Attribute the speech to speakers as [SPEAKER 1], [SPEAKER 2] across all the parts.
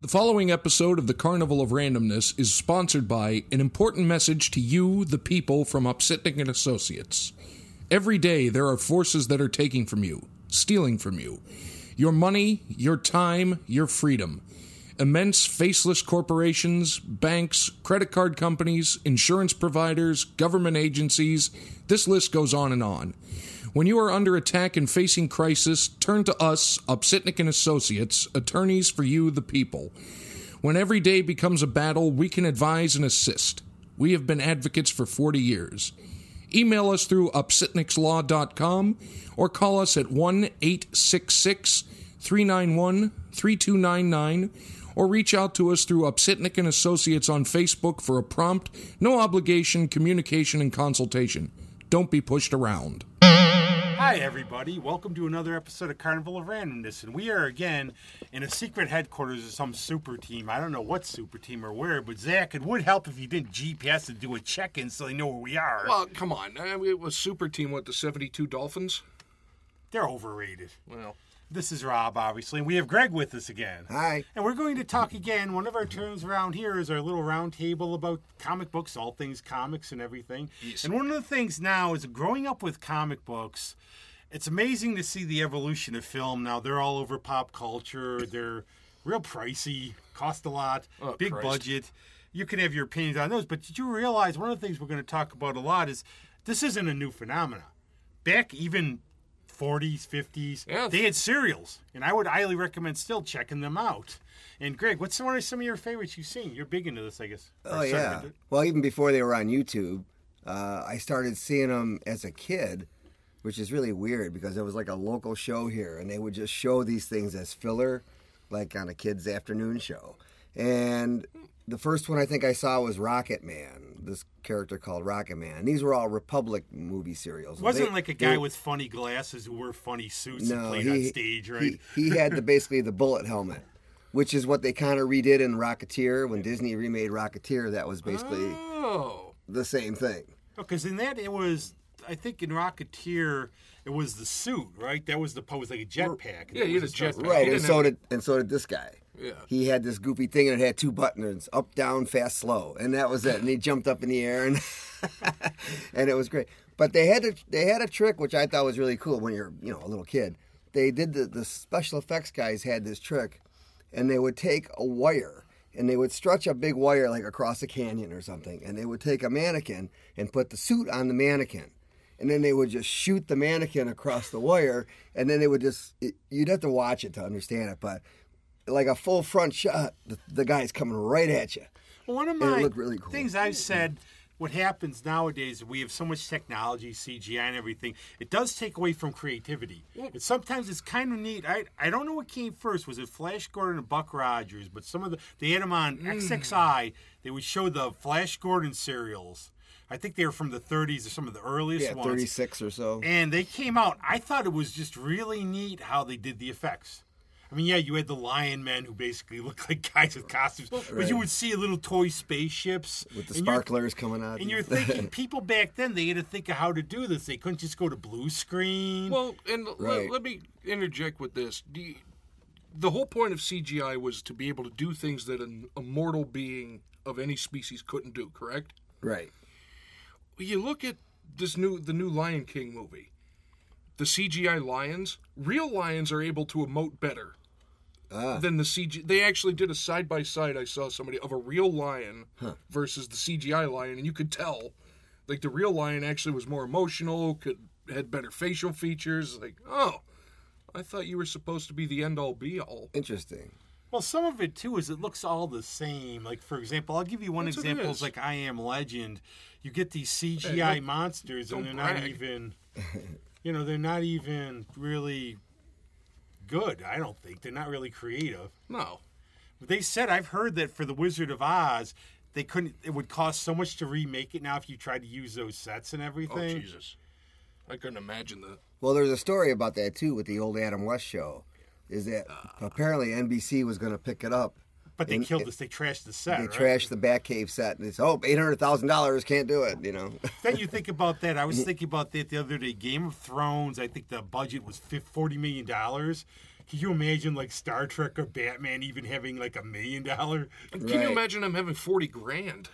[SPEAKER 1] The following episode of the Carnival of Randomness is sponsored by an important message to you, the people, from Upsitnik and Associates. Every day there are forces that are taking from you, stealing from you. Your money, your time, your freedom. Immense faceless corporations, banks, credit card companies, insurance providers, government agencies, this list goes on and on. When you are under attack and facing crisis, turn to us, Upsitnik and Associates, attorneys for you, the people. When every day becomes a battle, we can advise and assist. We have been advocates for 40 years. Email us through upsitnikslaw.com or call us at 1 866 391 3299 or reach out to us through Upsitnik and Associates on Facebook for a prompt, no obligation communication and consultation. Don't be pushed around.
[SPEAKER 2] Hi, everybody. Welcome to another episode of Carnival of Randomness. And we are again in a secret headquarters of some super team. I don't know what super team or where, but Zach, it would help if you didn't GPS and do a check in so they know where we are.
[SPEAKER 1] Well, come on. Uh, It was super team with the 72 Dolphins.
[SPEAKER 2] They're overrated.
[SPEAKER 1] Well,
[SPEAKER 2] This is Rob, obviously, and we have Greg with us again.
[SPEAKER 3] Hi.
[SPEAKER 2] And we're going to talk again. One of our terms around here is our little round table about comic books, all things comics and everything.
[SPEAKER 1] Yes.
[SPEAKER 2] And one of the things now is growing up with comic books, it's amazing to see the evolution of film. Now they're all over pop culture, they're real pricey, cost a lot,
[SPEAKER 1] Oh,
[SPEAKER 2] big
[SPEAKER 1] Christ.
[SPEAKER 2] budget. You can have your opinions on those, but did you realize one of the things we're going to talk about a lot is this isn't a new phenomenon. Back even 40s, 50s,
[SPEAKER 1] Yeah.
[SPEAKER 2] they had cereals, and I would highly recommend still checking them out. And Greg, what's one of some of your favorites you've seen? You're big into this, I guess. Or
[SPEAKER 3] Oh
[SPEAKER 2] sorry,
[SPEAKER 3] yeah. Well, even before they were on YouTube, uh, I started seeing them as a kid, which is really weird because it was like a local show here, and they would just show these things as filler, like on a kid's afternoon show. And the first one I think I saw was Rocket Man. This character called Rocket Man. These were all Republic movie serials.
[SPEAKER 2] It wasn't
[SPEAKER 3] They-
[SPEAKER 2] like a guy
[SPEAKER 3] they-
[SPEAKER 2] with funny glasses who wore funny suits and
[SPEAKER 3] no,
[SPEAKER 2] played
[SPEAKER 3] he,
[SPEAKER 2] on stage, right?
[SPEAKER 3] He, he had the basically the bullet helmet, which is what they kind of redid in Rocketeer when Disney remade Rocketeer. That was basically
[SPEAKER 1] oh.
[SPEAKER 3] the same thing.
[SPEAKER 2] Because in that, it was, I think in Rocketeer, it was the suit, right? That was the pose, like a jetpack.
[SPEAKER 1] Yeah, he had a jetpack.
[SPEAKER 3] Right,
[SPEAKER 1] He
[SPEAKER 3] and
[SPEAKER 1] didn't
[SPEAKER 3] so
[SPEAKER 1] have-
[SPEAKER 3] did and so did this guy.
[SPEAKER 1] Yeah.
[SPEAKER 3] He had this goofy thing and it had two buttons, up, down, fast, slow, and that was it. And he jumped up in the air and and it was great. But they had a, they had a trick which I thought was really cool when you're you know a little kid. They did the the special effects guys had this trick, and they would take a wire and they would stretch a big wire like across a canyon or something, and they would take a mannequin and put the suit on the mannequin and then they would just shoot the mannequin across the wire, and then they would just it, you'd have to watch it to understand it, but like a full front shot, the, the guy's coming right at you.
[SPEAKER 2] Well, one of
[SPEAKER 3] it
[SPEAKER 2] my
[SPEAKER 3] looked really cool.
[SPEAKER 2] things I've said, what happens nowadays, we have so much technology, CGI, and everything. It does take away from creativity. And sometimes it's kind of neat. I I don't know what came first. Was it Flash Gordon or Buck Rogers? But some of the they had them on XXI. They would show the Flash Gordon serials. I think they were from the 30s or some of the earliest
[SPEAKER 3] Yeah,
[SPEAKER 2] ones
[SPEAKER 3] thirty six or so.
[SPEAKER 2] and they came out. I thought it was just really neat how they did the effects. I mean, yeah, you had the lion men who basically looked like guys with costumes, but you would see little toy spaceships
[SPEAKER 3] With the
[SPEAKER 2] and you're-
[SPEAKER 3] sparklers coming out.
[SPEAKER 2] And you're thinking, people back then they had to think of how to do this. They couldn't just go to blue screen.
[SPEAKER 1] Well, and l- let,
[SPEAKER 3] Right.
[SPEAKER 1] let me interject with this. The, the whole point of CGI was to be able to do things that an immortal being of any species couldn't do, correct?
[SPEAKER 3] right.
[SPEAKER 1] You look at this new the new Lion King movie. The CGI lions, real lions are able to emote better than the CG. They actually did a side by side. I saw somebody of a real lion versus the CGI lion, and you could tell, like the real lion actually was more emotional, could had better facial features. Like, oh, I thought you were supposed to be the end all be all.
[SPEAKER 3] Interesting.
[SPEAKER 2] Well, some of it too is it looks all the same. Like for example, I'll give you one
[SPEAKER 1] That's what it
[SPEAKER 2] example.
[SPEAKER 1] is.
[SPEAKER 2] It's like I Am Legend. You get these CGI
[SPEAKER 1] don't-
[SPEAKER 2] monsters, and
[SPEAKER 1] don't
[SPEAKER 2] they're not
[SPEAKER 1] brag.
[SPEAKER 2] even, you know, they're not even really good. I don't think they're not really creative.
[SPEAKER 1] No,
[SPEAKER 2] They said I've heard that for the Wizard of Oz, they couldn't. It would cost so much to remake it now if you tried to use those sets and
[SPEAKER 1] oh
[SPEAKER 2] everything.
[SPEAKER 1] Jesus, I couldn't imagine that.
[SPEAKER 3] Well, there's a story about that too with the old Adam West show. Is that apparently NBC was going to pick it up?
[SPEAKER 2] but they
[SPEAKER 3] And
[SPEAKER 2] killed
[SPEAKER 3] it-
[SPEAKER 2] this. They trashed the set.
[SPEAKER 3] They
[SPEAKER 2] right?
[SPEAKER 3] trashed the Batcave set, and it's oh, eight hundred thousand dollars can't do it. You know.
[SPEAKER 2] then you think about that. I was thinking about that the other day. Game of Thrones. I think the budget was fif- forty million dollars. Can you imagine like Star Trek or Batman even having like a million dollar?
[SPEAKER 1] Can
[SPEAKER 3] Right.
[SPEAKER 1] you imagine them having 40 grand,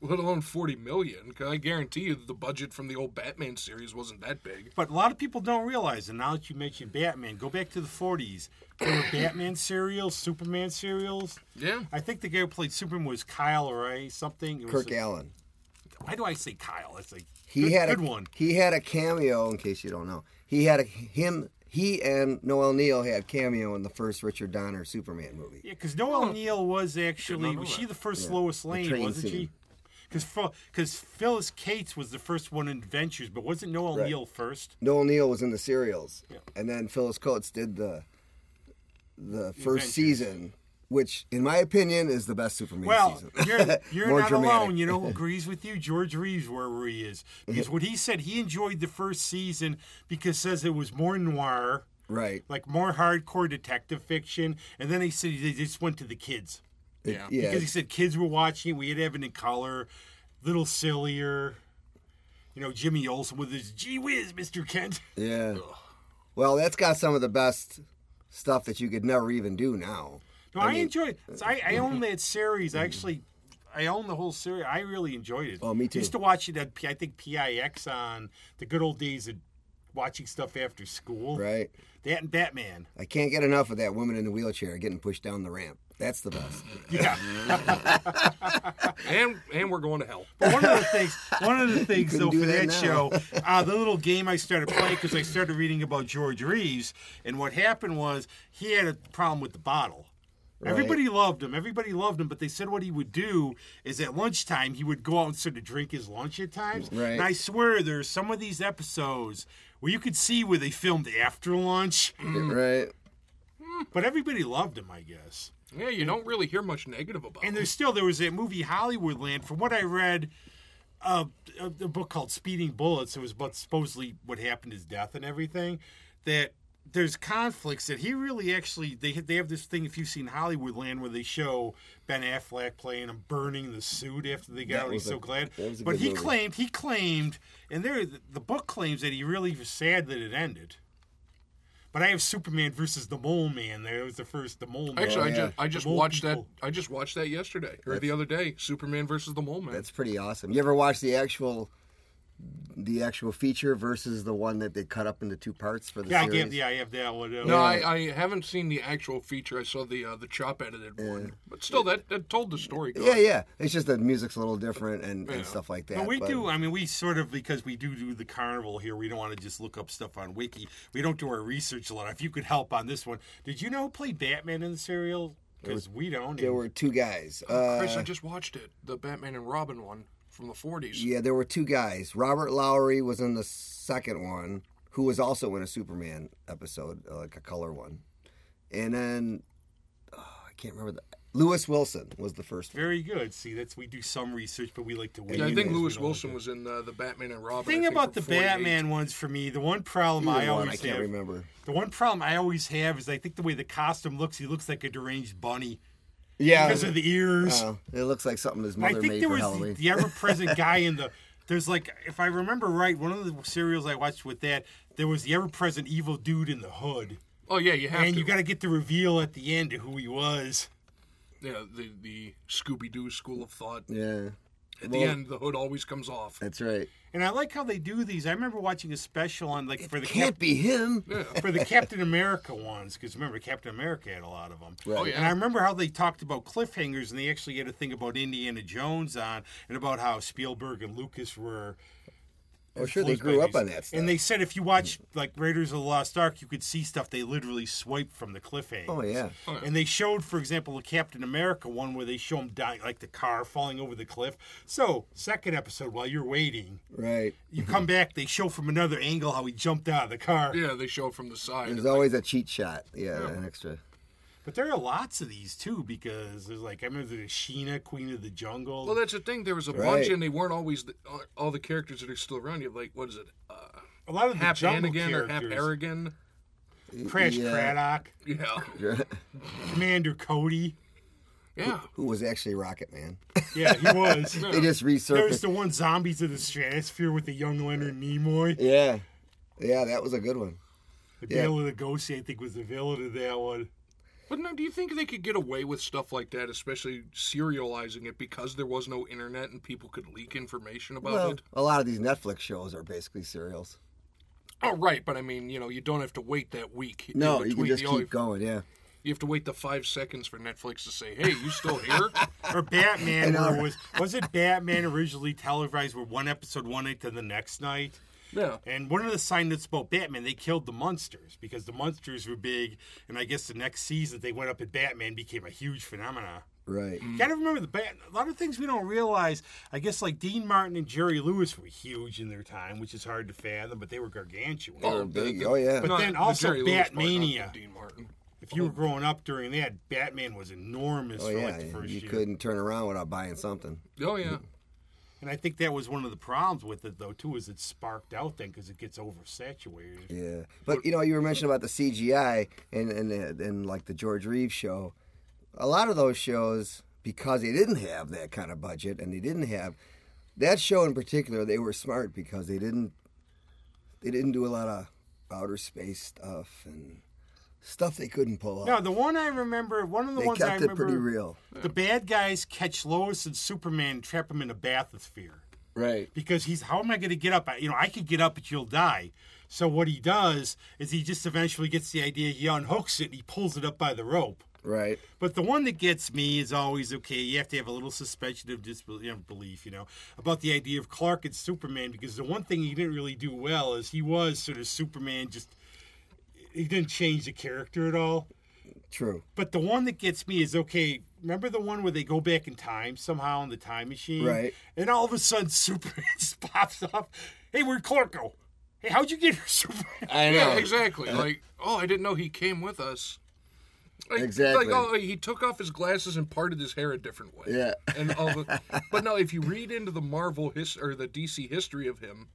[SPEAKER 1] let alone 40 million? 'Cause I guarantee you that the budget from the old Batman series wasn't that big.
[SPEAKER 2] But a lot of people don't realize, and now that you mentioned Batman, go back to the 40s. There were Batman serials, Superman serials.
[SPEAKER 1] Yeah.
[SPEAKER 2] I think the guy who played Superman was Kyle Ray, something. It was
[SPEAKER 3] Kirk
[SPEAKER 2] a-
[SPEAKER 3] Allen.
[SPEAKER 2] Why do I say Kyle? It's like
[SPEAKER 3] He
[SPEAKER 2] good,
[SPEAKER 3] had a
[SPEAKER 2] good one.
[SPEAKER 3] He had a cameo. In case you don't know, he had a him. He and Noel Neal had cameo in the first Richard Donner Superman movie.
[SPEAKER 2] Yeah, because Noel Neal was actually
[SPEAKER 1] know
[SPEAKER 2] was
[SPEAKER 1] that.
[SPEAKER 2] she the first Lois Lane,
[SPEAKER 3] train
[SPEAKER 2] wasn't she?
[SPEAKER 3] scene.
[SPEAKER 2] Because because Phyllis Cates was the first one in Adventures, but wasn't Noel
[SPEAKER 3] Right.
[SPEAKER 2] Neal first?
[SPEAKER 3] Noel Neal was in the serials,
[SPEAKER 2] Yeah.
[SPEAKER 3] and then Phyllis Coates did the the first
[SPEAKER 2] Adventures.
[SPEAKER 3] season, which, in my opinion, is the best Superman
[SPEAKER 2] Well,
[SPEAKER 3] season.
[SPEAKER 2] you're, you're
[SPEAKER 3] More
[SPEAKER 2] not
[SPEAKER 3] dramatic.
[SPEAKER 2] alone. You know who agrees with you? George Reeves, wherever he is. Because what he said, he enjoyed the first season because says it was more noir,
[SPEAKER 3] right?
[SPEAKER 2] like more hardcore detective fiction. And then he said they just went to the kids.
[SPEAKER 1] Yeah.
[SPEAKER 3] Yeah,
[SPEAKER 2] Because he said kids were watching, we had to have it in color, little sillier. You know, Jimmy Olsen with his gee whiz, Mr. Kent.
[SPEAKER 3] yeah. Well, that's got some of the best stuff that you could never even do now.
[SPEAKER 2] No, I, enjoyed it. So I, I own that series. I actually, I own the whole series. I really enjoyed it.
[SPEAKER 3] Oh, me
[SPEAKER 2] I
[SPEAKER 3] too.
[SPEAKER 2] used to watch it at, P- I think, PIX on the good old days of watching stuff after school.
[SPEAKER 3] Right?
[SPEAKER 2] That and Batman.
[SPEAKER 3] I can't get enough of that woman in the wheelchair getting pushed down the ramp. That's the best.
[SPEAKER 2] Yeah.
[SPEAKER 1] And and we're going to hell.
[SPEAKER 2] But one of the things, one of the things
[SPEAKER 3] couldn't
[SPEAKER 2] though
[SPEAKER 3] do
[SPEAKER 2] for that,
[SPEAKER 3] that now.
[SPEAKER 2] show, uh, the little game I started playing because I started reading about George Reeves, and what happened was he had a problem with the bottle. Everybody loved him. Everybody loved him, but they said what he would do is at lunchtime he would go out and sort of drink his lunch at times.
[SPEAKER 3] Right.
[SPEAKER 2] And I swear there's some of these episodes where you could see where they filmed after lunch,
[SPEAKER 3] right?
[SPEAKER 2] but everybody loved him, I guess.
[SPEAKER 1] Yeah, you don't really hear much negative about
[SPEAKER 2] And
[SPEAKER 1] it.
[SPEAKER 2] there's still there was that movie Hollywoodland. From what I read, uh, a, a book called Speeding Bullets. It was about supposedly what happened his death and everything. That there's conflicts that he really actually they they have this thing if you've seen Hollywoodland where they show Ben Affleck playing him burning the suit after they got out. He's
[SPEAKER 3] was a-
[SPEAKER 2] so glad.
[SPEAKER 3] that was a
[SPEAKER 2] But
[SPEAKER 3] good
[SPEAKER 2] he
[SPEAKER 3] movie.
[SPEAKER 2] claimed he claimed and there the book claims that he really was sad that it ended. But I have Superman versus the Mole Man. There It was the first the Mole Man.
[SPEAKER 1] Actually, I
[SPEAKER 3] Oh, yeah.
[SPEAKER 1] just I just
[SPEAKER 2] Mole
[SPEAKER 1] watched
[SPEAKER 2] people.
[SPEAKER 1] that I just watched that yesterday or the other day. Superman versus the Mole Man.
[SPEAKER 3] That's pretty awesome. You ever watch the actual the actual feature versus the one that they cut up into two parts for the
[SPEAKER 2] yeah, I
[SPEAKER 3] series?
[SPEAKER 2] get, yeah, I have that one. uh,
[SPEAKER 1] no, I, I haven't seen the actual feature. I saw the uh, the chop edited one, but still, that, that told the story.
[SPEAKER 3] Yeah, yeah. It's just the music's a little different and, and stuff like that.
[SPEAKER 2] But we
[SPEAKER 3] but-
[SPEAKER 2] do. uh, I mean, we sort of because we do do the carnival here. We don't want to just look up stuff on Wiki. We don't do our research a lot. If you could help on this one, did you know who played Batman in the serial? Because we don't.
[SPEAKER 3] There were two guys.
[SPEAKER 2] Oh,
[SPEAKER 1] Chris, I
[SPEAKER 3] Uh,
[SPEAKER 1] just watched it, the Batman and Robin one from the 40s.
[SPEAKER 3] yeah, there were two guys. Robert Lowry was in the second one, who was also in a Superman episode, uh, like a color one. And then oh, I can't remember the Lewis Wilson was the first one.
[SPEAKER 2] very good. See, that's we do some research, but we like to. wait.
[SPEAKER 1] Yeah, I think
[SPEAKER 2] We
[SPEAKER 1] Lewis
[SPEAKER 2] don't
[SPEAKER 1] Wilson
[SPEAKER 2] like
[SPEAKER 1] was in the, the Batman and Robin.
[SPEAKER 2] that. The thing
[SPEAKER 1] I think,
[SPEAKER 2] about the
[SPEAKER 1] from 48.
[SPEAKER 2] Batman ones for me, the one problem I
[SPEAKER 3] Either
[SPEAKER 2] always
[SPEAKER 3] one, I can't
[SPEAKER 2] have,
[SPEAKER 3] remember.
[SPEAKER 2] the one problem I always have is I think the way the costume looks, he looks like a deranged bunny
[SPEAKER 3] Yeah.
[SPEAKER 2] because of the ears.
[SPEAKER 3] Oh, it looks like something his
[SPEAKER 2] I
[SPEAKER 3] mother
[SPEAKER 2] think
[SPEAKER 3] made
[SPEAKER 2] there
[SPEAKER 3] for
[SPEAKER 2] was the,
[SPEAKER 3] Halloween.
[SPEAKER 2] the ever-present guy in the. There's like, if I remember right, one of the serials I watched with that, there was the ever-present evil dude in the hood,
[SPEAKER 1] Oh yeah, you have
[SPEAKER 2] and
[SPEAKER 1] to.
[SPEAKER 2] you got to get the reveal at the end of who he was.
[SPEAKER 1] yeah, the the Scooby Doo school of thought.
[SPEAKER 3] yeah,
[SPEAKER 1] At the
[SPEAKER 3] Well-
[SPEAKER 1] end, the hood always comes off.
[SPEAKER 3] that's right.
[SPEAKER 2] And I like how they do these. I remember watching a special on like for the
[SPEAKER 3] Can't
[SPEAKER 2] Cap-
[SPEAKER 3] be him.
[SPEAKER 2] for the Captain America ones, because remember Captain America had a lot of them.
[SPEAKER 3] Right. Oh,
[SPEAKER 1] yeah.
[SPEAKER 2] And I remember how they talked about cliffhangers, and they actually had a thing about Indiana Jones on, and about how Spielberg and Lucas were
[SPEAKER 3] Oh, sure, they
[SPEAKER 2] influenced by
[SPEAKER 3] grew up
[SPEAKER 2] these.
[SPEAKER 3] on that stuff.
[SPEAKER 2] And they said if you watch like Raiders of the Lost Ark, you could see stuff they literally swiped from the cliffhangers.
[SPEAKER 3] Oh, yeah.
[SPEAKER 2] And they showed, for example, a Captain America one where they show him dying, like the car falling over the cliff. So second episode, while you're waiting,
[SPEAKER 3] right.
[SPEAKER 2] you come back. They show from another angle how he jumped out of the car.
[SPEAKER 1] Yeah, they show it from the side.
[SPEAKER 3] There's always a cheat shot. Yeah, an extra.
[SPEAKER 2] But there are lots of these too because there's like I remember the Sheena, Queen of the Jungle.
[SPEAKER 1] well, that's the thing. There was a bunch,
[SPEAKER 3] Right.
[SPEAKER 1] and they weren't always the, all- all the characters that are still around. You have like what is it? Uh,
[SPEAKER 2] a lot of the
[SPEAKER 1] Hap
[SPEAKER 2] jungle
[SPEAKER 1] Hannigan or Hap
[SPEAKER 2] characters.
[SPEAKER 1] Aragon?
[SPEAKER 2] Crash
[SPEAKER 3] Yeah.
[SPEAKER 2] Craddock,
[SPEAKER 1] Yeah,
[SPEAKER 2] Commander Cody.
[SPEAKER 1] yeah.
[SPEAKER 3] Who was actually Rocket Man?
[SPEAKER 2] Yeah, he was.
[SPEAKER 3] they just
[SPEAKER 2] There's
[SPEAKER 3] resurfaced.
[SPEAKER 2] the one Zombies of the Stratosphere with the young Leonard Nimoy.
[SPEAKER 3] yeah, yeah, that was a good one.
[SPEAKER 2] The
[SPEAKER 3] Yeah.
[SPEAKER 2] Bela Lugosi, I think, was the villain of that one.
[SPEAKER 1] But no, do you think they could get away with stuff like that, especially serializing it because there was no internet and people could leak information about
[SPEAKER 3] Well,
[SPEAKER 1] it?
[SPEAKER 3] a lot of these Netflix shows are basically serials.
[SPEAKER 1] Oh, right, but I mean, you know, you don't have to wait that week. in
[SPEAKER 3] No, you can
[SPEAKER 1] between.
[SPEAKER 3] just
[SPEAKER 1] only-
[SPEAKER 3] keep going. Yeah.
[SPEAKER 1] You have to wait the five seconds for Netflix to say, "Hey, you still here?"
[SPEAKER 2] Or
[SPEAKER 3] I
[SPEAKER 2] Batman,
[SPEAKER 3] know,
[SPEAKER 2] where
[SPEAKER 3] right?
[SPEAKER 2] it was was it Batman originally televised where one episode one night then the next night?
[SPEAKER 1] yeah.
[SPEAKER 2] And one of the signs that's about Batman, they killed the monsters because the monsters were big, and I guess the next season they went up at Batman became a huge phenomenon.
[SPEAKER 3] Right.
[SPEAKER 2] You gotta remember the bat. A lot of things we don't realize. I guess like Dean Martin and Jerry Lewis were huge in their time, which is hard to fathom, but they were gargantuan.
[SPEAKER 3] They're big. oh yeah.
[SPEAKER 2] But then
[SPEAKER 1] the
[SPEAKER 2] also
[SPEAKER 1] Jerry Lewis part, not the
[SPEAKER 2] Batmania.
[SPEAKER 1] Dean Martin.
[SPEAKER 2] If you were growing up during that, Batman was enormous
[SPEAKER 3] oh
[SPEAKER 2] for
[SPEAKER 3] yeah.
[SPEAKER 2] like the first
[SPEAKER 3] You
[SPEAKER 2] year.
[SPEAKER 3] couldn't turn around without buying something.
[SPEAKER 1] Oh yeah.
[SPEAKER 2] And I think that was one of the problems with it, though, too, is it sparked out then because it gets oversaturated.
[SPEAKER 3] Yeah, but you know, you were mentioning about the CGI and and uh, and like the George Reeves show. A lot of those shows, because they didn't have that kind of budget, and they didn't have that show in particular, they were smart because they didn't they didn't do a lot of outer space stuff and stuff they couldn't pull off.
[SPEAKER 2] No, the one I remember, one of the
[SPEAKER 3] they
[SPEAKER 2] ones I
[SPEAKER 3] kept it
[SPEAKER 2] remember,
[SPEAKER 3] pretty real.
[SPEAKER 2] the bad guys catch Lois and Superman, and trap him in a bathysphere.
[SPEAKER 3] Right.
[SPEAKER 2] because he's how am I going to get up? I- You know, I could get up, but you'll die. So what he does is he just eventually gets the idea. He unhooks it and he pulls it up by the rope.
[SPEAKER 3] Right.
[SPEAKER 2] But the one that gets me is always okay. You have to have a little suspension of disbelief, you know, belief, you know, about the idea of Clark and Superman because the one thing he didn't really do well is he was sort of Superman. Just he didn't change the character at all.
[SPEAKER 3] True.
[SPEAKER 2] But the one that gets me is okay. Remember the one where they go back in time somehow in the time machine,
[SPEAKER 3] Right.
[SPEAKER 2] And all of a sudden, Superman just pops up. Hey, where'd Clark go? Hey, how'd you get here, Superman?
[SPEAKER 3] I
[SPEAKER 1] Yeah, exactly. Like, oh, I didn't know he came with us. Like,
[SPEAKER 3] Exactly.
[SPEAKER 1] Like, oh, he took off his glasses and parted his hair a different way.
[SPEAKER 3] Yeah.
[SPEAKER 1] And all the, but no, if you read into the Marvel his or the DC history of him,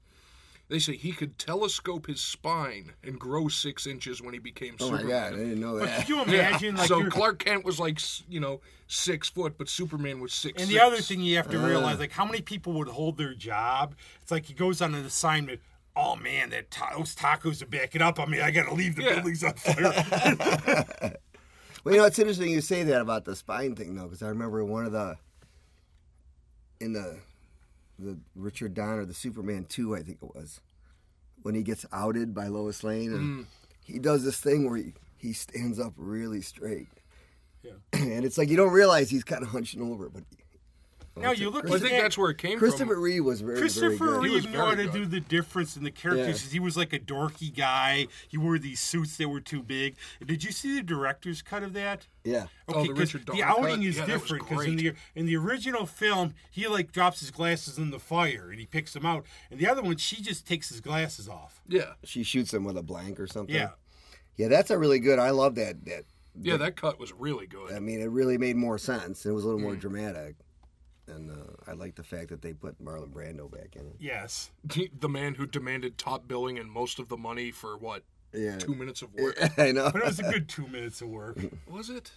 [SPEAKER 1] they say he could telescope his spine and grow six inches when he became
[SPEAKER 3] Oh my
[SPEAKER 1] Superman.
[SPEAKER 3] God, I didn't know
[SPEAKER 2] Could
[SPEAKER 3] that.
[SPEAKER 2] you imagine? Like,
[SPEAKER 1] so
[SPEAKER 2] you're-
[SPEAKER 1] Clark Kent was like s- you know six foot, but Superman was six.
[SPEAKER 2] and the
[SPEAKER 1] six.
[SPEAKER 2] other thing you have to realize, like, how many people would hold their job? It's like he goes on an assignment. Oh man, that ta- those tacos are backing up on me. I gotta leave the
[SPEAKER 1] Yeah.
[SPEAKER 2] buildings on fire.
[SPEAKER 3] Well, you know, it's interesting you say that about the spine thing, though, because I remember one of the in the the Richard Donner, the Superman two, I think it was, when he gets outed by Lois Lane,
[SPEAKER 2] Mm.
[SPEAKER 3] and he does this thing where he, he stands up really straight,
[SPEAKER 2] Yeah.
[SPEAKER 3] and it's like you don't realize he's kind of hunching over, but
[SPEAKER 2] now you look.
[SPEAKER 1] Well, I
[SPEAKER 2] at
[SPEAKER 1] think
[SPEAKER 2] that-
[SPEAKER 1] that's where it came
[SPEAKER 3] Christopher
[SPEAKER 1] from.
[SPEAKER 3] Reeve was very
[SPEAKER 2] Christopher
[SPEAKER 3] very good.
[SPEAKER 1] He was
[SPEAKER 2] Reeve knew
[SPEAKER 1] very
[SPEAKER 2] how to
[SPEAKER 1] good.
[SPEAKER 2] do the difference in the characters.
[SPEAKER 3] Yeah.
[SPEAKER 2] He was like a dorky guy. He wore these suits that were too big. Did you see the director's cut of that?
[SPEAKER 3] yeah,
[SPEAKER 1] Oh, the
[SPEAKER 2] 'cause
[SPEAKER 1] Richard Donner
[SPEAKER 2] outing
[SPEAKER 1] cut.
[SPEAKER 2] is
[SPEAKER 1] Yeah, that was
[SPEAKER 2] different because in
[SPEAKER 1] great.
[SPEAKER 2] the in the original film he like drops his glasses in the fire and he picks them out, and the other one she just takes his glasses off.
[SPEAKER 1] Yeah,
[SPEAKER 3] she shoots him with a blank or something.
[SPEAKER 2] Yeah,
[SPEAKER 3] yeah, that's a really good. I love that. That
[SPEAKER 1] yeah, that cut was really good.
[SPEAKER 3] I mean, it really made more sense. It was a little more dramatic. And uh, I like the fact that they put Marlon Brando back in it.
[SPEAKER 2] yes.
[SPEAKER 1] the man who demanded top billing and most of the money for what
[SPEAKER 3] Yeah.
[SPEAKER 1] two minutes of work
[SPEAKER 3] I know.
[SPEAKER 2] But it was a good two minutes of work.
[SPEAKER 1] was it?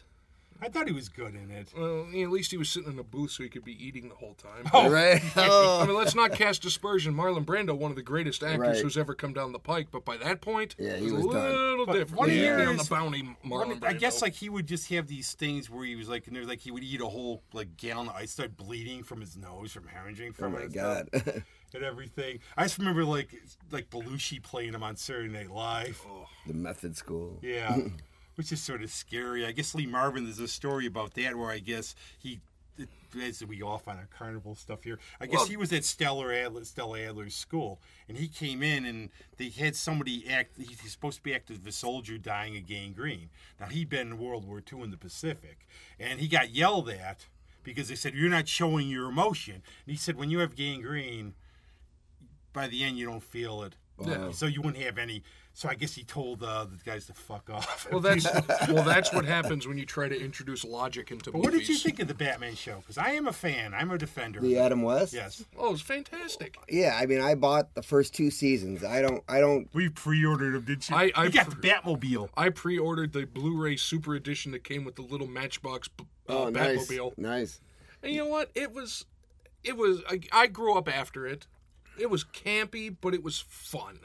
[SPEAKER 2] I thought he was good in it.
[SPEAKER 1] Well, at least he was sitting in a booth so he could be eating the whole time.
[SPEAKER 3] Right? Oh,
[SPEAKER 1] I mean, let's not cast dispersion. Marlon Brando, one of the greatest actors
[SPEAKER 3] Right.
[SPEAKER 1] who's ever come down the pike, but by that point,
[SPEAKER 3] Yeah, he
[SPEAKER 1] it
[SPEAKER 3] was
[SPEAKER 1] a
[SPEAKER 3] done.
[SPEAKER 1] little
[SPEAKER 2] But
[SPEAKER 1] different.
[SPEAKER 2] one
[SPEAKER 1] He was
[SPEAKER 2] year
[SPEAKER 1] down the
[SPEAKER 2] is-
[SPEAKER 1] bounty,
[SPEAKER 2] Well,
[SPEAKER 1] Marlon Brando.
[SPEAKER 2] I guess like he would just have these things where he was like, and there's like he would eat a whole like gallon of ice, start bleeding from his nose from hemorrhaging
[SPEAKER 3] oh
[SPEAKER 2] from it
[SPEAKER 3] my
[SPEAKER 2] and stuff.
[SPEAKER 3] God.
[SPEAKER 2] and everything. I just remember like like Belushi playing him on Saturday Night Live.
[SPEAKER 3] the method school.
[SPEAKER 2] Yeah, which is sort of scary. I guess Lee Marvin. There's a story about that where I guess he. it- As we go off on our carnival stuff here, I guess
[SPEAKER 1] Well-
[SPEAKER 2] he was at Stellar Adler, Stella Adler's school, and he came in and they had somebody act. he- He's supposed to be acting as a soldier dying of gangrene. Now he'd been in World War II in the Pacific, and he got yelled at because they said you're not showing your emotion. And he said when you have gangrene, by the end you don't feel it.
[SPEAKER 1] Yeah.
[SPEAKER 2] So you wouldn't have any. So I guess he told uh, the guys to fuck off.
[SPEAKER 1] Well, that's well, that's what happens when you try to introduce logic into
[SPEAKER 2] But
[SPEAKER 1] movies.
[SPEAKER 2] what did you think of the Batman show? Because I am a fan. I'm a defender.
[SPEAKER 3] The uh, Adam West?
[SPEAKER 2] Yes.
[SPEAKER 1] Oh, it was fantastic.
[SPEAKER 3] Yeah, I mean, I bought the first two seasons. I don't, I don't,
[SPEAKER 2] We pre-ordered him, didn't you?
[SPEAKER 1] I- I
[SPEAKER 2] you got
[SPEAKER 1] pre-
[SPEAKER 2] the Batmobile.
[SPEAKER 1] I pre-ordered the Blu-ray Super Edition that came with the little Matchbox b- uh,
[SPEAKER 3] oh, nice.
[SPEAKER 1] Batmobile.
[SPEAKER 3] Nice.
[SPEAKER 1] And you know what? It was, it was. I, I grew up after it. It was campy, but it was fun.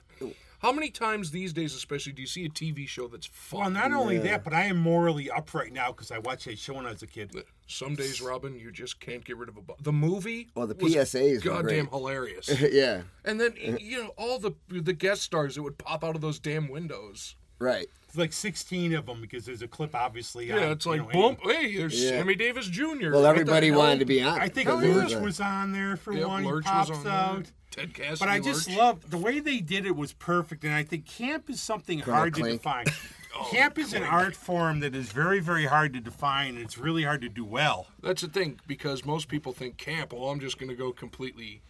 [SPEAKER 1] How many times these days, especially, do you see a TV show that's
[SPEAKER 2] Well,
[SPEAKER 1] fun?
[SPEAKER 2] not only that, but I am morally up right now because I watched that show when I was a kid.
[SPEAKER 1] Some days, Robin, you just can't get rid of a. Bu- the movie.
[SPEAKER 2] Oh,
[SPEAKER 3] Well, the
[SPEAKER 1] was
[SPEAKER 3] PSAs were
[SPEAKER 1] Goddamn
[SPEAKER 3] great.
[SPEAKER 1] hilarious.
[SPEAKER 3] yeah,
[SPEAKER 1] and then you know all the the guest stars that would pop out of those damn windows.
[SPEAKER 3] right.
[SPEAKER 2] It's like 16 of them because there's a clip, obviously.
[SPEAKER 1] Yeah,
[SPEAKER 2] on,
[SPEAKER 1] it's
[SPEAKER 2] you
[SPEAKER 1] like
[SPEAKER 2] know,
[SPEAKER 1] boom. Hey, there's
[SPEAKER 3] Yeah.
[SPEAKER 1] Sammy Davis Jr.
[SPEAKER 3] Well,
[SPEAKER 1] What the
[SPEAKER 3] everybody
[SPEAKER 1] hell?
[SPEAKER 3] wanted to be on.
[SPEAKER 2] I think
[SPEAKER 3] it, 'cause it
[SPEAKER 2] Lurch
[SPEAKER 3] a-
[SPEAKER 2] was on there for
[SPEAKER 1] Yeah,
[SPEAKER 2] one. He
[SPEAKER 1] Lurch
[SPEAKER 2] pops
[SPEAKER 1] was on
[SPEAKER 2] out.
[SPEAKER 1] there. Ted Cassidy.
[SPEAKER 2] But I just
[SPEAKER 1] Lurch.
[SPEAKER 2] love the way they did it was perfect, and I think camp is something hard to
[SPEAKER 3] clink.
[SPEAKER 2] define.
[SPEAKER 1] Oh,
[SPEAKER 2] camp is an art form that is very, very hard to define, and it's really hard to do well.
[SPEAKER 1] That's the thing because most people think camp. Well, I'm just going to go completely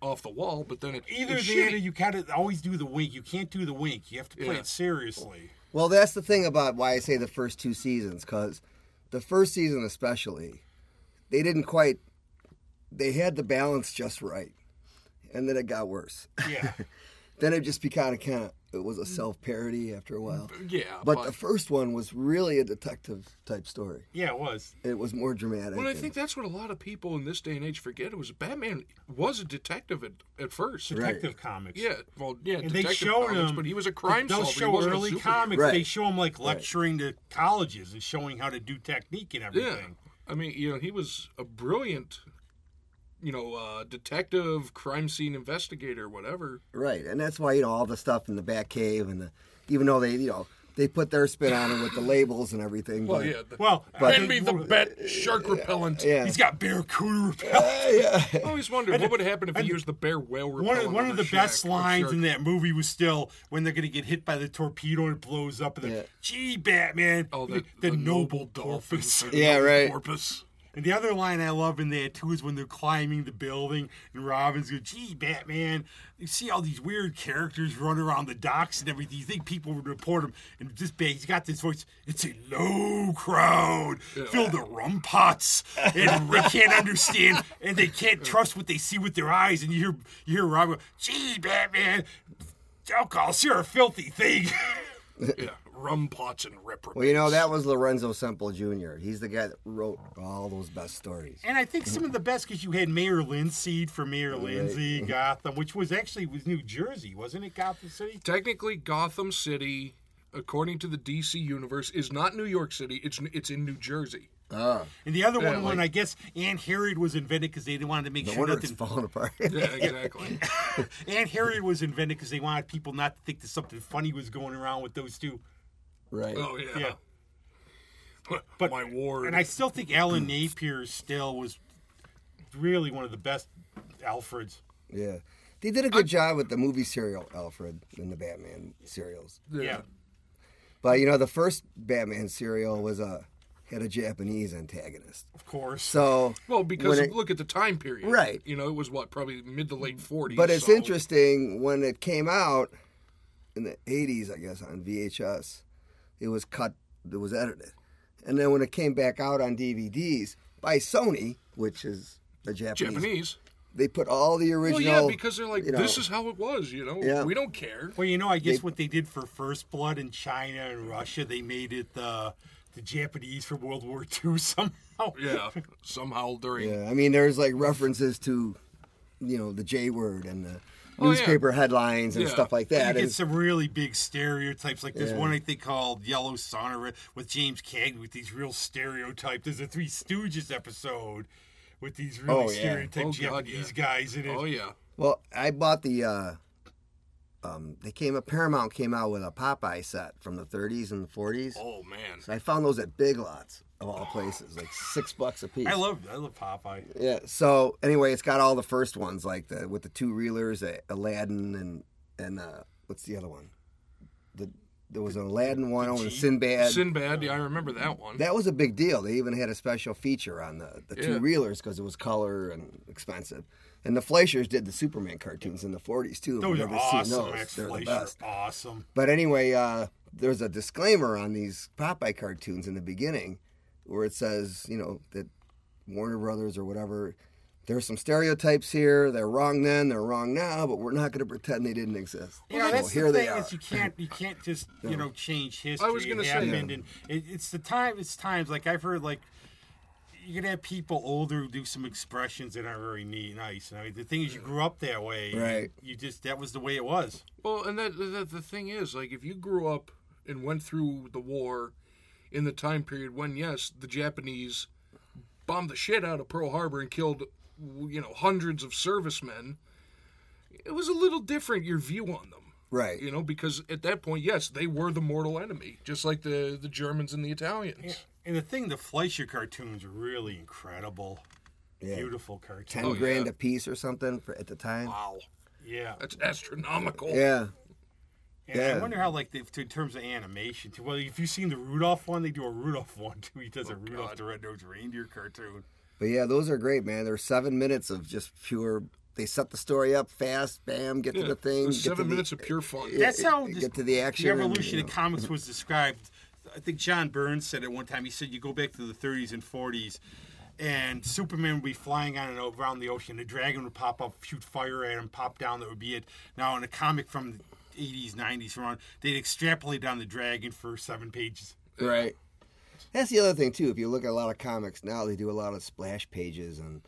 [SPEAKER 1] off the wall, but then it,
[SPEAKER 2] Either
[SPEAKER 1] it's
[SPEAKER 2] that, or
[SPEAKER 1] shitty.
[SPEAKER 2] you gotta always do the wink. You can't do the wink. You have to play
[SPEAKER 1] Yeah.
[SPEAKER 2] it seriously.
[SPEAKER 3] Well, that's the thing about why I say the first two seasons, because the first season especially, they didn't quite. They had the balance just right, and then it got worse.
[SPEAKER 2] Yeah,
[SPEAKER 3] then it just became kind of, kind of it was a self parody after a while.
[SPEAKER 1] yeah,
[SPEAKER 3] But
[SPEAKER 1] but-
[SPEAKER 3] the first one was really a detective type story.
[SPEAKER 2] yeah, it was.
[SPEAKER 3] It was more dramatic.
[SPEAKER 1] Well, I
[SPEAKER 3] and-
[SPEAKER 1] think that's what a lot of people in this day and age forget. It was Batman was a detective at, at first.
[SPEAKER 2] Detective comics.
[SPEAKER 1] Yeah, well, yeah,
[SPEAKER 2] and they
[SPEAKER 1] detective
[SPEAKER 2] showed
[SPEAKER 1] comics,
[SPEAKER 2] him.
[SPEAKER 1] but he was a crime
[SPEAKER 2] They'll
[SPEAKER 1] solver.
[SPEAKER 2] show
[SPEAKER 1] he wasn't a
[SPEAKER 2] early
[SPEAKER 1] superhero.
[SPEAKER 2] comics.
[SPEAKER 3] Right.
[SPEAKER 2] They show him like lecturing to colleges and showing how to do technique and
[SPEAKER 1] Yeah,
[SPEAKER 2] everything.
[SPEAKER 1] I mean, you know, he was a brilliant, you know, uh, detective, crime scene investigator, whatever.
[SPEAKER 3] Right, and that's why you know all the stuff in the back cave and the, even though they you know they put their spin on it with the labels and everything.
[SPEAKER 1] Well,
[SPEAKER 3] but,
[SPEAKER 1] yeah, the,
[SPEAKER 2] Well,
[SPEAKER 3] But-
[SPEAKER 1] hand me the bat shark repellent.
[SPEAKER 3] yeah.
[SPEAKER 2] he's got barracuda repellent.
[SPEAKER 1] I always wondered what would happen if he used the bear whale
[SPEAKER 2] One
[SPEAKER 1] repellent.
[SPEAKER 2] of, one
[SPEAKER 1] on
[SPEAKER 2] of
[SPEAKER 1] the
[SPEAKER 2] the best
[SPEAKER 1] shack or
[SPEAKER 2] lines
[SPEAKER 1] Oh, shark.
[SPEAKER 2] in that movie was still when they're going to get hit by the torpedo and it blows up. And then,
[SPEAKER 3] Yeah.
[SPEAKER 2] gee, Batman,
[SPEAKER 1] Oh, the- the
[SPEAKER 2] the, noble
[SPEAKER 1] noble
[SPEAKER 2] dolphins.
[SPEAKER 1] dolphins.
[SPEAKER 3] Yeah, right.
[SPEAKER 1] porpoise.
[SPEAKER 2] and the other line I love in there too is when they're climbing the building and Robin's going, gee, Batman, you see all these weird characters run around the docks and everything. You think people would report him. And this bad, he's got this voice, it's a low crowd filled with rum pots and they can't understand and they can't trust what they see with their eyes. And you hear, you hear Robin go, gee, Batman, alcohol's here a filthy thing.
[SPEAKER 1] Yeah, rum pots and reprobates.
[SPEAKER 3] Well, you know that was Lorenzo Semple Jr. He's the guy that wrote all those best stories.
[SPEAKER 2] And I think some of the best because you had Mayor Linseed for Mayor Lindsay, Gotham, which was actually was New Jersey, wasn't it? Gotham City.
[SPEAKER 1] technically Gotham City, according to the DC universe, is not New York City. It's it's in New Jersey.
[SPEAKER 2] And the other one,
[SPEAKER 1] like-
[SPEAKER 2] when I guess Anne Harriet was invented because they didn't want to make
[SPEAKER 3] No
[SPEAKER 2] sure
[SPEAKER 3] wonder it's
[SPEAKER 2] nothing.
[SPEAKER 3] falling apart.
[SPEAKER 1] Yeah, exactly.
[SPEAKER 2] Anne Harriet was invented because they wanted people not to think that something funny was going around with those two.
[SPEAKER 3] right.
[SPEAKER 1] oh yeah.
[SPEAKER 2] Yeah.
[SPEAKER 1] But my ward.
[SPEAKER 2] And I still think Alan Napier still was really one of the best Alfreds.
[SPEAKER 3] Yeah. They did a good job with the movie serial Alfred and the Batman serials.
[SPEAKER 1] yeah.
[SPEAKER 2] Yeah.
[SPEAKER 3] But you know, the first Batman serial was a had a Japanese antagonist.
[SPEAKER 2] of course.
[SPEAKER 3] So
[SPEAKER 1] Well, because
[SPEAKER 3] when it-
[SPEAKER 1] look at the time period.
[SPEAKER 3] Right.
[SPEAKER 1] You know, it was what probably mid to late forties.
[SPEAKER 3] But it's interesting when it came out in the '80s, I guess, on VHS, it was cut, it was edited, and then when it came back out on DVDs by Sony, which is a Japanese,
[SPEAKER 1] Japanese.
[SPEAKER 3] they put all the
[SPEAKER 1] Well,
[SPEAKER 3] original.
[SPEAKER 1] yeah, because they're like,
[SPEAKER 3] you know,
[SPEAKER 1] this is how it was. You know,
[SPEAKER 3] Yeah.
[SPEAKER 1] we don't care.
[SPEAKER 2] Well, you know, I guess what they did for First Blood in China and Russia, they made it the the Japanese for World War II somehow.
[SPEAKER 1] Yeah. Somehow during.
[SPEAKER 3] Yeah, I mean, there's like references to, you know, the J word and the
[SPEAKER 1] Oh, yeah.
[SPEAKER 3] newspaper headlines and
[SPEAKER 1] Yeah.
[SPEAKER 3] stuff like
[SPEAKER 2] You
[SPEAKER 3] that.
[SPEAKER 2] get
[SPEAKER 3] And,
[SPEAKER 2] some really big stereotypes. Like there's
[SPEAKER 3] Yeah.
[SPEAKER 2] one I think called Yellow Sun or with James Cagney with these real stereotypes. There's a Three Stooges episode with these really
[SPEAKER 3] Oh, yeah.
[SPEAKER 2] stereotyped
[SPEAKER 1] Oh, God,
[SPEAKER 2] Japanese
[SPEAKER 1] yeah.
[SPEAKER 2] guys in it.
[SPEAKER 1] Oh yeah.
[SPEAKER 3] well, I bought the. Uh, um, they came. Paramount came out with a Popeye set from the 30s and the 40s.
[SPEAKER 1] Oh man.
[SPEAKER 3] I found those at Big Lots of all places, like six bucks a piece.
[SPEAKER 2] I love I love Popeye.
[SPEAKER 3] yeah. So anyway, it's got all the first ones, like the with the two reelers, uh, Aladdin, and and uh, what's the other one? The there was an Aladdin one and Sinbad.
[SPEAKER 1] Sinbad. Yeah, I remember that one.
[SPEAKER 3] that was a big deal. They even had a special feature on the, the
[SPEAKER 1] Yeah.
[SPEAKER 3] two reelers because it was color and expensive. And the Fleischers did the Superman cartoons in the 40s too. if
[SPEAKER 2] Those
[SPEAKER 3] you've
[SPEAKER 2] are
[SPEAKER 3] ever seen
[SPEAKER 2] awesome.
[SPEAKER 3] those,
[SPEAKER 2] Max
[SPEAKER 3] they're the
[SPEAKER 2] Fleischer,
[SPEAKER 3] best.
[SPEAKER 2] awesome.
[SPEAKER 3] But anyway, uh, there's a disclaimer on these Popeye cartoons in the beginning where it says, you know, that Warner Brothers or whatever, there's some stereotypes here. They're wrong then, they're wrong now, but we're not going to pretend they didn't exist.
[SPEAKER 2] Yeah, that's
[SPEAKER 3] here
[SPEAKER 2] the
[SPEAKER 3] they
[SPEAKER 2] thing
[SPEAKER 3] are.
[SPEAKER 2] is you can't you can't just you know change history.
[SPEAKER 1] I was gonna
[SPEAKER 2] It
[SPEAKER 1] say-
[SPEAKER 2] happened, and it, it's the time. It's times like I've heard like you're gonna have people older who do some expressions that aren't very neat and nice. And I mean, the thing is, you grew up that way. and
[SPEAKER 3] Right.
[SPEAKER 2] You just that was the way it was.
[SPEAKER 1] Well, and that, that the thing is, like, if you grew up and went through the war in the time period when, yes, the Japanese bombed the shit out of Pearl Harbor and killed, you know, hundreds of servicemen, it was a little different your view on them.
[SPEAKER 3] Right.
[SPEAKER 1] You know, because at that point, yes, they were the mortal enemy, just like the the Germans and the Italians.
[SPEAKER 2] And the thing, the Fleischer cartoons are really incredible. Beautiful Oh,
[SPEAKER 3] Ten
[SPEAKER 2] cartoons.
[SPEAKER 3] grand a piece or something for, at the time.
[SPEAKER 1] Wow,
[SPEAKER 2] Yeah.
[SPEAKER 1] that's astronomical.
[SPEAKER 3] Yeah.
[SPEAKER 2] And I
[SPEAKER 3] Yeah.
[SPEAKER 2] wonder how, like, the, to, in terms of animation, too. Well, if you've seen the Rudolph one, they do a Rudolph one too. He does a Rudolph the Red-Nosed Reindeer cartoon.
[SPEAKER 3] But yeah, those are great, man. They're seven minutes of just pure. They set the story up fast, bam, get to the thing.
[SPEAKER 1] It was
[SPEAKER 3] get to
[SPEAKER 1] seven
[SPEAKER 3] the-
[SPEAKER 1] minutes of pure fun.
[SPEAKER 2] That's how
[SPEAKER 3] get
[SPEAKER 2] this-
[SPEAKER 3] to the action
[SPEAKER 2] The
[SPEAKER 3] and,
[SPEAKER 2] evolution
[SPEAKER 3] you
[SPEAKER 2] of
[SPEAKER 3] know.
[SPEAKER 2] comics was described. I think John Burns said it one time. He said you go back to the 30s and 40s, and Superman would be flying on and around the ocean. A dragon would pop up, shoot fire at him, pop down. That would be it. Now in a comic from the 80s, 90s, around they'd extrapolate on the dragon for seven pages.
[SPEAKER 3] Right. That's the other thing too. If you look at a lot of comics now, they do a lot of splash pages and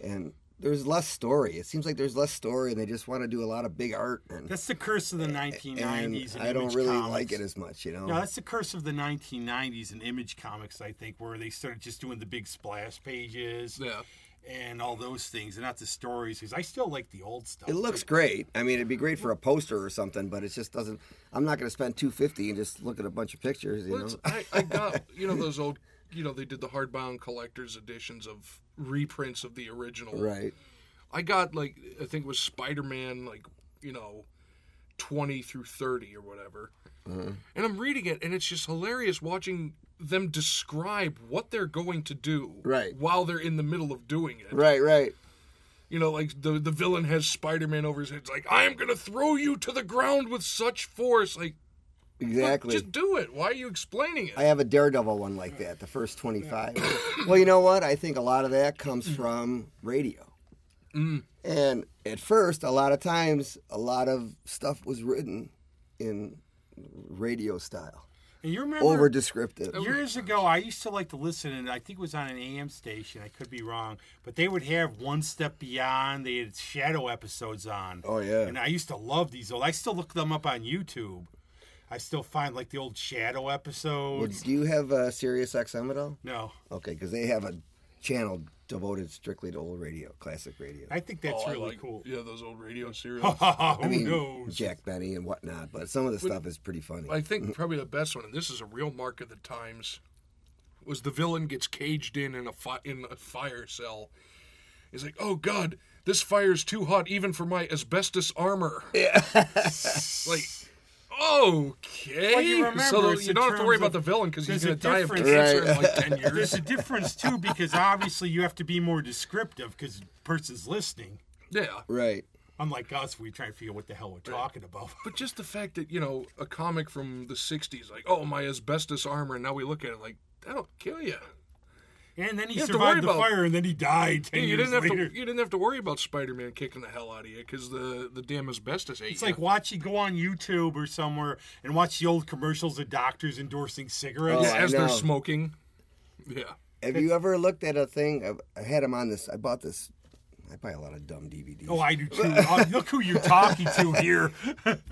[SPEAKER 3] and there's less story. It seems like there's less story, and they just want to do a lot of big art. And,
[SPEAKER 2] That's the curse of the 1990s. and
[SPEAKER 3] and I don't
[SPEAKER 2] image
[SPEAKER 3] really
[SPEAKER 2] comics.
[SPEAKER 3] like it as much, you know.
[SPEAKER 2] No, that's the curse of the 1990s and image comics, I think, where they started just doing the big splash pages
[SPEAKER 1] Yeah.
[SPEAKER 2] and all those things, and not the stories. Because I still like the old stuff.
[SPEAKER 3] it looks great. I mean, it'd be great for a poster or something, but it just doesn't. I'm not going to spend two fifty and just look at a bunch of pictures, you
[SPEAKER 1] Well,
[SPEAKER 3] know.
[SPEAKER 1] it's- I, I got you know those old you know they did the hardbound collectors editions of reprints of the original.
[SPEAKER 3] Right.
[SPEAKER 1] I got like I think it was Spider Man like you know twenty through thirty or whatever,
[SPEAKER 3] Uh-huh.
[SPEAKER 1] and I'm reading it and it's just hilarious watching them describe what they're going to do
[SPEAKER 3] Right.
[SPEAKER 1] while they're in the middle of doing it.
[SPEAKER 3] Right. Right.
[SPEAKER 1] You know, like the the villain has Spider Man over his head. It's like I am gonna throw you to the ground with such force. Like
[SPEAKER 3] Exactly.
[SPEAKER 1] just do it. Why are you explaining it?
[SPEAKER 3] I have a Daredevil one like that, the first 25. well, you know what? I think a lot of that comes from radio. And at first, a lot of times, a lot of stuff was written in radio style,
[SPEAKER 2] And you remember
[SPEAKER 3] over descriptive.
[SPEAKER 2] years ago, I used to like to listen, and I think it was on an AM station. I could be wrong, but they would have One Step Beyond. They had shadow episodes on.
[SPEAKER 3] Oh, yeah.
[SPEAKER 2] And I used to love these old. I still look them up on YouTube. I still find like the old shadow
[SPEAKER 3] Would-
[SPEAKER 2] episodes.
[SPEAKER 3] Do you have a Sirius XM at all?
[SPEAKER 2] No,
[SPEAKER 3] Okay, because they have a channel devoted strictly to old radio, classic radio.
[SPEAKER 2] I think that's
[SPEAKER 1] Oh, I
[SPEAKER 2] really
[SPEAKER 1] like-
[SPEAKER 2] cool.
[SPEAKER 1] Yeah, those old radio serials.
[SPEAKER 2] Oh,
[SPEAKER 3] I mean,
[SPEAKER 2] who knows?
[SPEAKER 3] Jack Benny and whatnot, but some of the stuff is pretty funny.
[SPEAKER 1] I
[SPEAKER 2] Mm-hmm.
[SPEAKER 1] think probably the best one, and this is a real mark of the times, was the villain gets caged in in a fi- in a fire cell. He's like, "Oh God, this fire's too hot even for my asbestos armor." Yeah. like, okay.
[SPEAKER 2] Well, you remember
[SPEAKER 1] so
[SPEAKER 2] it's
[SPEAKER 1] you
[SPEAKER 2] in
[SPEAKER 1] don't have to worry
[SPEAKER 2] terms
[SPEAKER 1] about
[SPEAKER 2] of-
[SPEAKER 1] the villain because he's going
[SPEAKER 2] there's
[SPEAKER 1] to
[SPEAKER 2] a
[SPEAKER 1] die of
[SPEAKER 2] difference.
[SPEAKER 1] cancer in
[SPEAKER 3] Right.
[SPEAKER 1] like ten years.
[SPEAKER 2] There's a difference too because obviously you have to be more descriptive because the person's listening.
[SPEAKER 1] yeah.
[SPEAKER 3] right.
[SPEAKER 2] Unlike us, we try and figure what the hell we're talking about.
[SPEAKER 1] But just the fact that you know a comic from the '60s, like, "Oh, my asbestos armor," and now we look at it like that'll kill you.
[SPEAKER 2] And then he
[SPEAKER 1] You have to worry
[SPEAKER 2] survived the
[SPEAKER 1] about-
[SPEAKER 2] fire, and then he died ten
[SPEAKER 1] Yeah, you
[SPEAKER 2] years
[SPEAKER 1] didn't have
[SPEAKER 2] later.
[SPEAKER 1] to. You didn't have to worry about Spider-Man kicking the hell out of you because the the damn asbestos ate
[SPEAKER 2] It's
[SPEAKER 1] you.
[SPEAKER 2] like watching go on YouTube or somewhere and watch the old commercials of doctors endorsing cigarettes.
[SPEAKER 3] Oh,
[SPEAKER 1] yeah,
[SPEAKER 3] I
[SPEAKER 1] as they're
[SPEAKER 3] know.
[SPEAKER 1] smoking. Yeah,
[SPEAKER 3] Have you ever looked at a thing? I- I had them on this. I bought this. I buy a lot of dumb DVDs.
[SPEAKER 2] Oh, I do too. Oh, look who you're talking to here.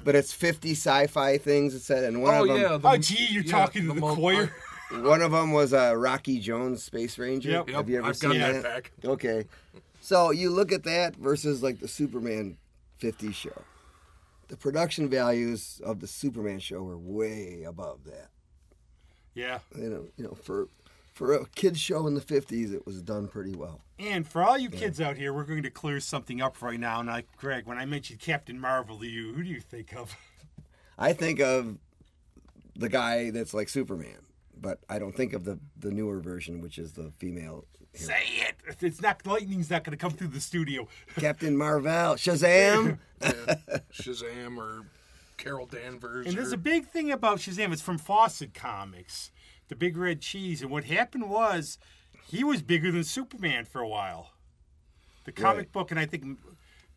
[SPEAKER 3] But it's 50 sci-fi things it said, and one
[SPEAKER 1] Oh
[SPEAKER 3] of them,
[SPEAKER 1] yeah.
[SPEAKER 2] Oh, gee, you're
[SPEAKER 1] yeah,
[SPEAKER 2] talking to the,
[SPEAKER 1] mul-
[SPEAKER 2] choir.
[SPEAKER 3] one of them was a Rocky Jones Space Ranger.
[SPEAKER 2] Yep.
[SPEAKER 3] Have you ever
[SPEAKER 1] I've got
[SPEAKER 3] seen
[SPEAKER 1] that
[SPEAKER 3] that?
[SPEAKER 1] back.
[SPEAKER 3] Okay, so you look at that versus like the Superman 50 show. The production values of the Superman show were way above that.
[SPEAKER 2] Yeah.
[SPEAKER 3] You know, you know, for for a kids show in the 50s, it was done pretty well.
[SPEAKER 2] And for all you kids out here, we're going to clear something up right now. And I, Greg, when I mentioned Captain Marvel to you, who do you think of?
[SPEAKER 3] I think of the guy that's like Superman, but I don't think of the the newer version, which is the female
[SPEAKER 2] Say it. It's not lightning's not going to come through the studio.
[SPEAKER 3] Captain Marvel, Shazam.
[SPEAKER 1] Shazam or Carol Danvers.
[SPEAKER 2] And
[SPEAKER 1] or,
[SPEAKER 2] there's a big thing about Shazam. It's from Fawcett Comics, the Big Red Cheese. And what happened was, he was bigger than Superman for a while. The comic book, and I think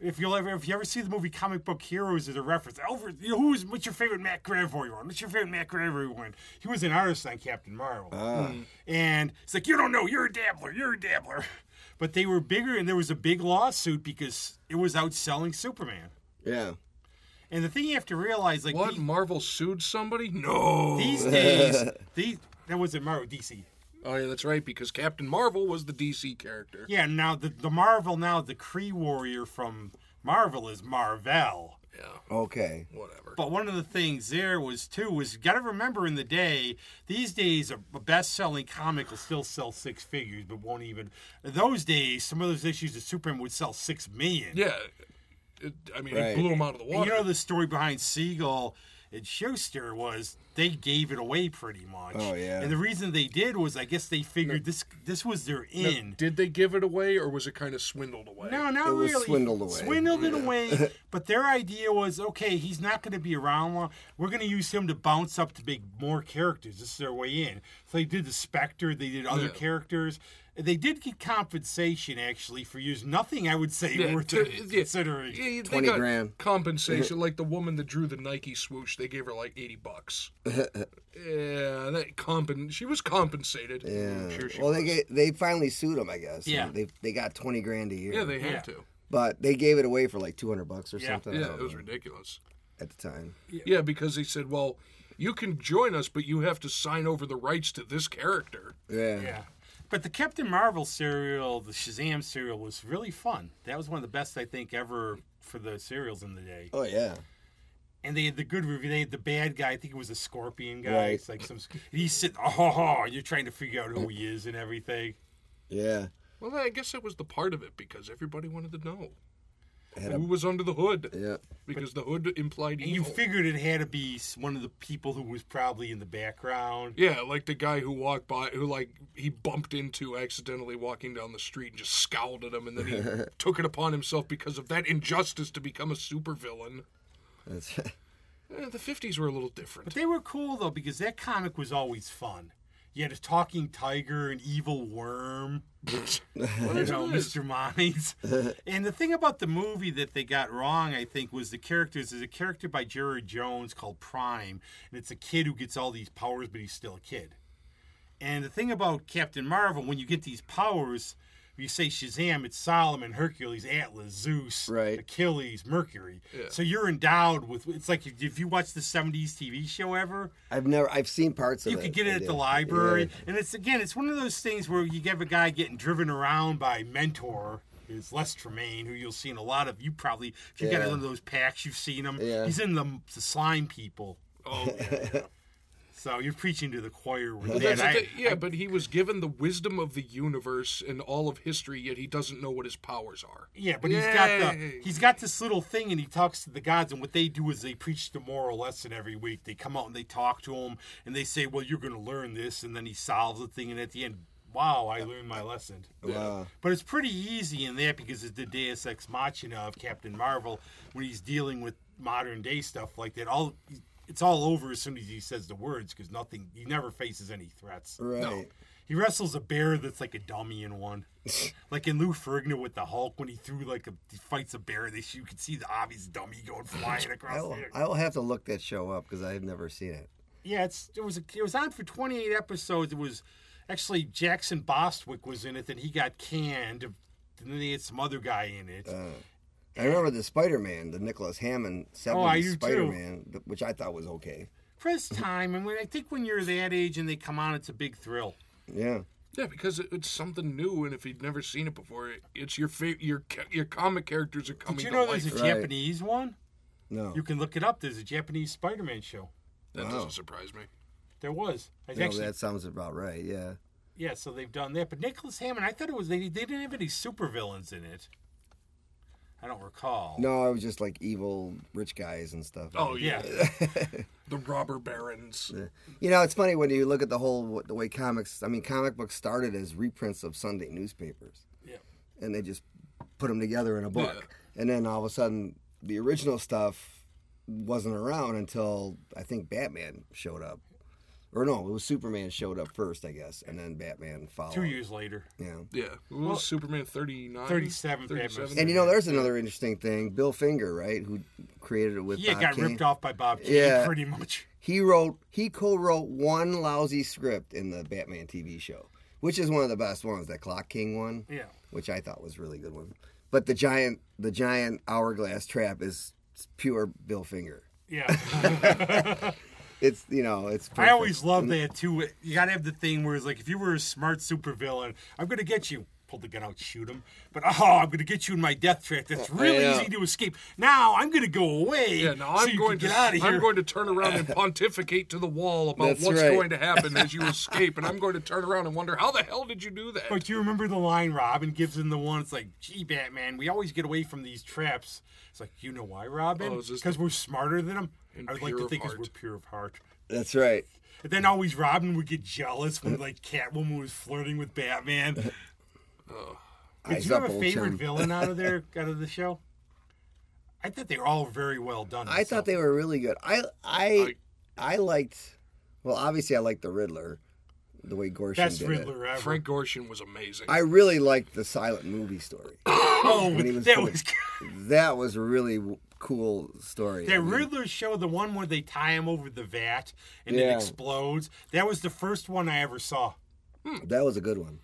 [SPEAKER 2] If you'll ever, if you ever see the movie Comic Book Heroes as a reference, Alfred, you know, who's what's your favorite Matt Gravoy one? What's your favorite Matt Gravoy one? He was an artist on Captain Marvel, and it's like you don't know, you're a dabbler, you're a dabbler. But they were bigger, and there was a big lawsuit because it was outselling Superman.
[SPEAKER 3] Yeah.
[SPEAKER 2] And the thing you have to realize, like
[SPEAKER 1] What?
[SPEAKER 2] the-
[SPEAKER 1] Marvel sued somebody? No.
[SPEAKER 2] these days, these that wasn't Marvel DC.
[SPEAKER 1] Oh yeah, that's right. Because Captain Marvel was the DC character.
[SPEAKER 2] Yeah, now the the Marvel now the Kree warrior from Marvel is Marvel.
[SPEAKER 3] Okay.
[SPEAKER 1] Whatever.
[SPEAKER 2] But one of the things there was too was you got to remember in the day these days a a best-selling comic will still sell six figures, but won't even. In those days, some of those issues of Superman would sell six million.
[SPEAKER 1] Yeah. It, I mean,
[SPEAKER 3] Right.
[SPEAKER 1] it blew him out of the
[SPEAKER 2] And
[SPEAKER 1] water.
[SPEAKER 2] you know the story behind Siegel and Schuster was they gave it away pretty much.
[SPEAKER 3] Oh, yeah.
[SPEAKER 2] And the reason they did was I guess they figured this this was their end.
[SPEAKER 1] Did they give it away, or was it kind of swindled away?
[SPEAKER 2] No, not
[SPEAKER 3] It was
[SPEAKER 2] really.
[SPEAKER 3] swindled away.
[SPEAKER 2] Swindled it away. But their idea was, okay, he's not going to be around long. We're going to use him to bounce up to big more characters. This is their way in. So they did the Spectre. They did other characters. They did get compensation actually for using nothing. I would say
[SPEAKER 1] Yeah,
[SPEAKER 2] worth
[SPEAKER 1] t- yeah.
[SPEAKER 2] considering.
[SPEAKER 1] Yeah, they
[SPEAKER 3] 20
[SPEAKER 1] got
[SPEAKER 3] grand.
[SPEAKER 1] compensation. like the woman that drew the Nike swoosh, they gave her like eighty bucks. yeah, that compen. She was compensated.
[SPEAKER 3] Yeah.
[SPEAKER 1] I'm sure she
[SPEAKER 3] well, they
[SPEAKER 1] was.
[SPEAKER 3] get, they finally sued him, I guess.
[SPEAKER 2] Yeah.
[SPEAKER 3] They they got twenty grand a year.
[SPEAKER 1] yeah, they had
[SPEAKER 2] Yeah.
[SPEAKER 1] to.
[SPEAKER 3] but they gave it away for like two hundred bucks or
[SPEAKER 2] Yeah.
[SPEAKER 3] something. I
[SPEAKER 1] Yeah,
[SPEAKER 3] don't
[SPEAKER 1] it was
[SPEAKER 3] know,
[SPEAKER 1] ridiculous.
[SPEAKER 3] at the time.
[SPEAKER 1] Yeah. because they said, well, you can join us, but you have to sign over the rights to this character.
[SPEAKER 3] Yeah.
[SPEAKER 2] Yeah. But the Captain Marvel serial, the Shazam serial, was really fun. That was one of the best I think ever for the serials in the day.
[SPEAKER 3] Oh yeah.
[SPEAKER 2] and they had the good review. They had the bad guy. I think it was a scorpion guy.
[SPEAKER 3] Right.
[SPEAKER 2] It's like some. and He's sitting. Oh, ho, ho, you're trying to figure out who he is and everything.
[SPEAKER 3] Yeah.
[SPEAKER 1] Well, I guess that was the part of it because everybody wanted to know
[SPEAKER 3] Had a-
[SPEAKER 1] who was under the hood
[SPEAKER 3] Yeah.
[SPEAKER 1] because the hood implied
[SPEAKER 2] And you
[SPEAKER 1] evil.
[SPEAKER 2] figured it had to be s- one of the people who was probably in the background.
[SPEAKER 1] Yeah, like the guy who walked by, who like he bumped into accidentally walking down the street and just scowled at him, and then he took it upon himself because of that injustice to become a supervillain.
[SPEAKER 3] That's,
[SPEAKER 1] Eh, the fifties were a little
[SPEAKER 2] But
[SPEAKER 1] different.
[SPEAKER 2] they were cool though because that comic was always fun. You had a talking tiger, an evil worm, you know,
[SPEAKER 1] it is.
[SPEAKER 2] Mr. Mines. and the thing about the movie that they got wrong, I think, was the characters. There's a character by Jared Jones called Prime, and it's a kid who gets all these powers, but he's still a kid. And the thing about Captain Marvel, when you get these powers, you say Shazam, it's Solomon, Hercules, Atlas, Zeus,
[SPEAKER 3] Right.
[SPEAKER 2] Achilles, Mercury. So you're endowed with. It's like if you watch the '70s TV show ever,
[SPEAKER 3] I've never I've seen parts of
[SPEAKER 2] you
[SPEAKER 3] it.
[SPEAKER 2] could get
[SPEAKER 3] I
[SPEAKER 2] it at
[SPEAKER 3] did.
[SPEAKER 2] the library, and it's again, it's one of those things where you get a guy getting driven around by mentor. Is Les Tremaine, who you'll see in a lot of you probably if you got
[SPEAKER 3] Yeah.
[SPEAKER 2] one of those packs, you've seen him.
[SPEAKER 3] Yeah.
[SPEAKER 2] He's in the, the slime people,
[SPEAKER 1] Oh, yeah.
[SPEAKER 2] so you're preaching to the choir with
[SPEAKER 1] That's
[SPEAKER 2] that.
[SPEAKER 1] the
[SPEAKER 2] I-
[SPEAKER 1] thing. yeah, but he was given the wisdom of the universe and all of history, yet he doesn't know what his powers are.
[SPEAKER 2] Yeah, but he's got the
[SPEAKER 1] Yay.
[SPEAKER 2] he's got this little thing, and he talks to the gods. And what they do is they preach the moral lesson every week. They come out and they talk to him, and they say, "Well, you're going to learn this," and then he solves the thing. And at the end, wow, I learned my lesson.
[SPEAKER 3] Wow.
[SPEAKER 2] But it's pretty easy in that because it's the Deus Ex Machina of Captain Marvel when he's dealing with modern day stuff like that. All it's all over as soon as he says the words because nothing he never faces any threats.
[SPEAKER 3] Right.
[SPEAKER 2] He wrestles a bear that's like a dummy in one. like in Lou Ferrigno with the Hulk when he threw like a he fights a bear and they you can see the obvious dummy going flying across
[SPEAKER 3] I will,
[SPEAKER 2] the air.
[SPEAKER 3] I will have to look that show up because I've never seen it.
[SPEAKER 2] Yeah, it's it was it was on for 28 episodes. It was actually Jackson Bostwick was in it then he got canned and then they had some other guy in it.
[SPEAKER 3] Uh. I remember the Spider Man, the Nicholas Hammond seventies
[SPEAKER 2] Oh, I do too.
[SPEAKER 3] Spider Man, which I thought was okay.
[SPEAKER 2] Press time and when I think when you're that age and they come on it's a big thrill.
[SPEAKER 3] Yeah.
[SPEAKER 1] Yeah, because it, it's something new, and if you'd never seen it before, it, it's your fa- your ca- your comic characters are coming
[SPEAKER 2] Did you
[SPEAKER 1] to
[SPEAKER 2] know
[SPEAKER 1] life.
[SPEAKER 2] there's a
[SPEAKER 3] Right.
[SPEAKER 2] Japanese one?
[SPEAKER 3] No.
[SPEAKER 2] You can look it up. There's a Japanese Spider-Man show.
[SPEAKER 1] That doesn't surprise me.
[SPEAKER 2] There was. I
[SPEAKER 3] no,
[SPEAKER 2] actually
[SPEAKER 3] that sounds about right. Yeah.
[SPEAKER 2] Yeah, so they've done that. But Nicholas Hammond, I thought it was they, they didn't have any supervillains in it. I don't recall.
[SPEAKER 3] No, I was just like evil rich guys and stuff.
[SPEAKER 1] Oh
[SPEAKER 2] Yeah.
[SPEAKER 1] yeah, the robber barons.
[SPEAKER 3] You know, it's funny when you look at the whole the way comics. I mean, comic books started as reprints of Sunday newspapers,
[SPEAKER 2] yeah.
[SPEAKER 3] and they just put them together in a book. And then all of a sudden, the original stuff wasn't around until I think Batman showed up, Or no, it was Superman showed up first, I guess, and then Batman followed.
[SPEAKER 2] Two years later.
[SPEAKER 3] Yeah.
[SPEAKER 1] Yeah. What was Superman 39?
[SPEAKER 2] 37,
[SPEAKER 3] And you know, there's another interesting thing. Bill Finger, right, who created it with
[SPEAKER 2] Yeah, it
[SPEAKER 3] Bob
[SPEAKER 2] got
[SPEAKER 3] Kane.
[SPEAKER 2] ripped off by Bob Kane,
[SPEAKER 3] Yeah.
[SPEAKER 2] pretty much.
[SPEAKER 3] He wrote, he co-wrote one lousy script in the Batman TV show, which is one of the best ones, that Clock King one.
[SPEAKER 2] Yeah.
[SPEAKER 3] which I thought was a really good one. But the giant, the giant hourglass trap is pure Bill Finger.
[SPEAKER 2] Yeah.
[SPEAKER 3] It's you know, it's.
[SPEAKER 2] I
[SPEAKER 3] perfect.
[SPEAKER 2] always love that, too. You got to have the thing where it's like, if you were a smart supervillain, I'm going to get you. Pull the gun out, shoot him. But, oh, I'm going to get you in my death trap. That's really
[SPEAKER 3] Oh, yeah.
[SPEAKER 2] easy to escape. Now I'm going to go away.
[SPEAKER 1] Yeah, now
[SPEAKER 2] so
[SPEAKER 1] I'm
[SPEAKER 2] you
[SPEAKER 1] going
[SPEAKER 2] can
[SPEAKER 1] to
[SPEAKER 2] get out of here.
[SPEAKER 1] I'm going to turn around and pontificate to the wall about
[SPEAKER 3] That's
[SPEAKER 1] what's
[SPEAKER 3] right.
[SPEAKER 1] going to happen as you escape, and I'm going to turn around and wonder how the hell did you do that?
[SPEAKER 2] But you remember the line Robin gives him the one? It's like, gee, Batman, we always get away from these traps. It's like, you know why, Robin?
[SPEAKER 1] Oh, is this
[SPEAKER 2] Because we're smarter than him.
[SPEAKER 1] And
[SPEAKER 2] I would like
[SPEAKER 1] pure
[SPEAKER 2] to
[SPEAKER 1] of
[SPEAKER 2] think is
[SPEAKER 1] heart.
[SPEAKER 2] we're pure of heart.
[SPEAKER 3] That's right.
[SPEAKER 2] And then always Robin would get jealous when like Catwoman was flirting with Batman. Did
[SPEAKER 3] Eyes
[SPEAKER 2] you have
[SPEAKER 3] up,
[SPEAKER 2] a
[SPEAKER 3] old
[SPEAKER 2] favorite
[SPEAKER 3] chum.
[SPEAKER 2] villain out of there, out of the show? I thought they were all very well done.
[SPEAKER 3] I thought they were really good. I I I liked. Well, obviously, I liked the Riddler, the way Gorshin
[SPEAKER 2] best
[SPEAKER 3] did it.
[SPEAKER 2] Riddler ever.
[SPEAKER 1] Frank Gorshin was amazing.
[SPEAKER 3] I really liked the silent movie story.
[SPEAKER 2] oh,
[SPEAKER 3] he was
[SPEAKER 2] that
[SPEAKER 3] putting-
[SPEAKER 2] was
[SPEAKER 3] that was a really w- cool story. I
[SPEAKER 2] That
[SPEAKER 3] mean,
[SPEAKER 2] Riddler show, the one where they tie him over the vat and
[SPEAKER 3] Yeah.
[SPEAKER 2] it explodes, that was the first one I ever saw.
[SPEAKER 3] that was a good one.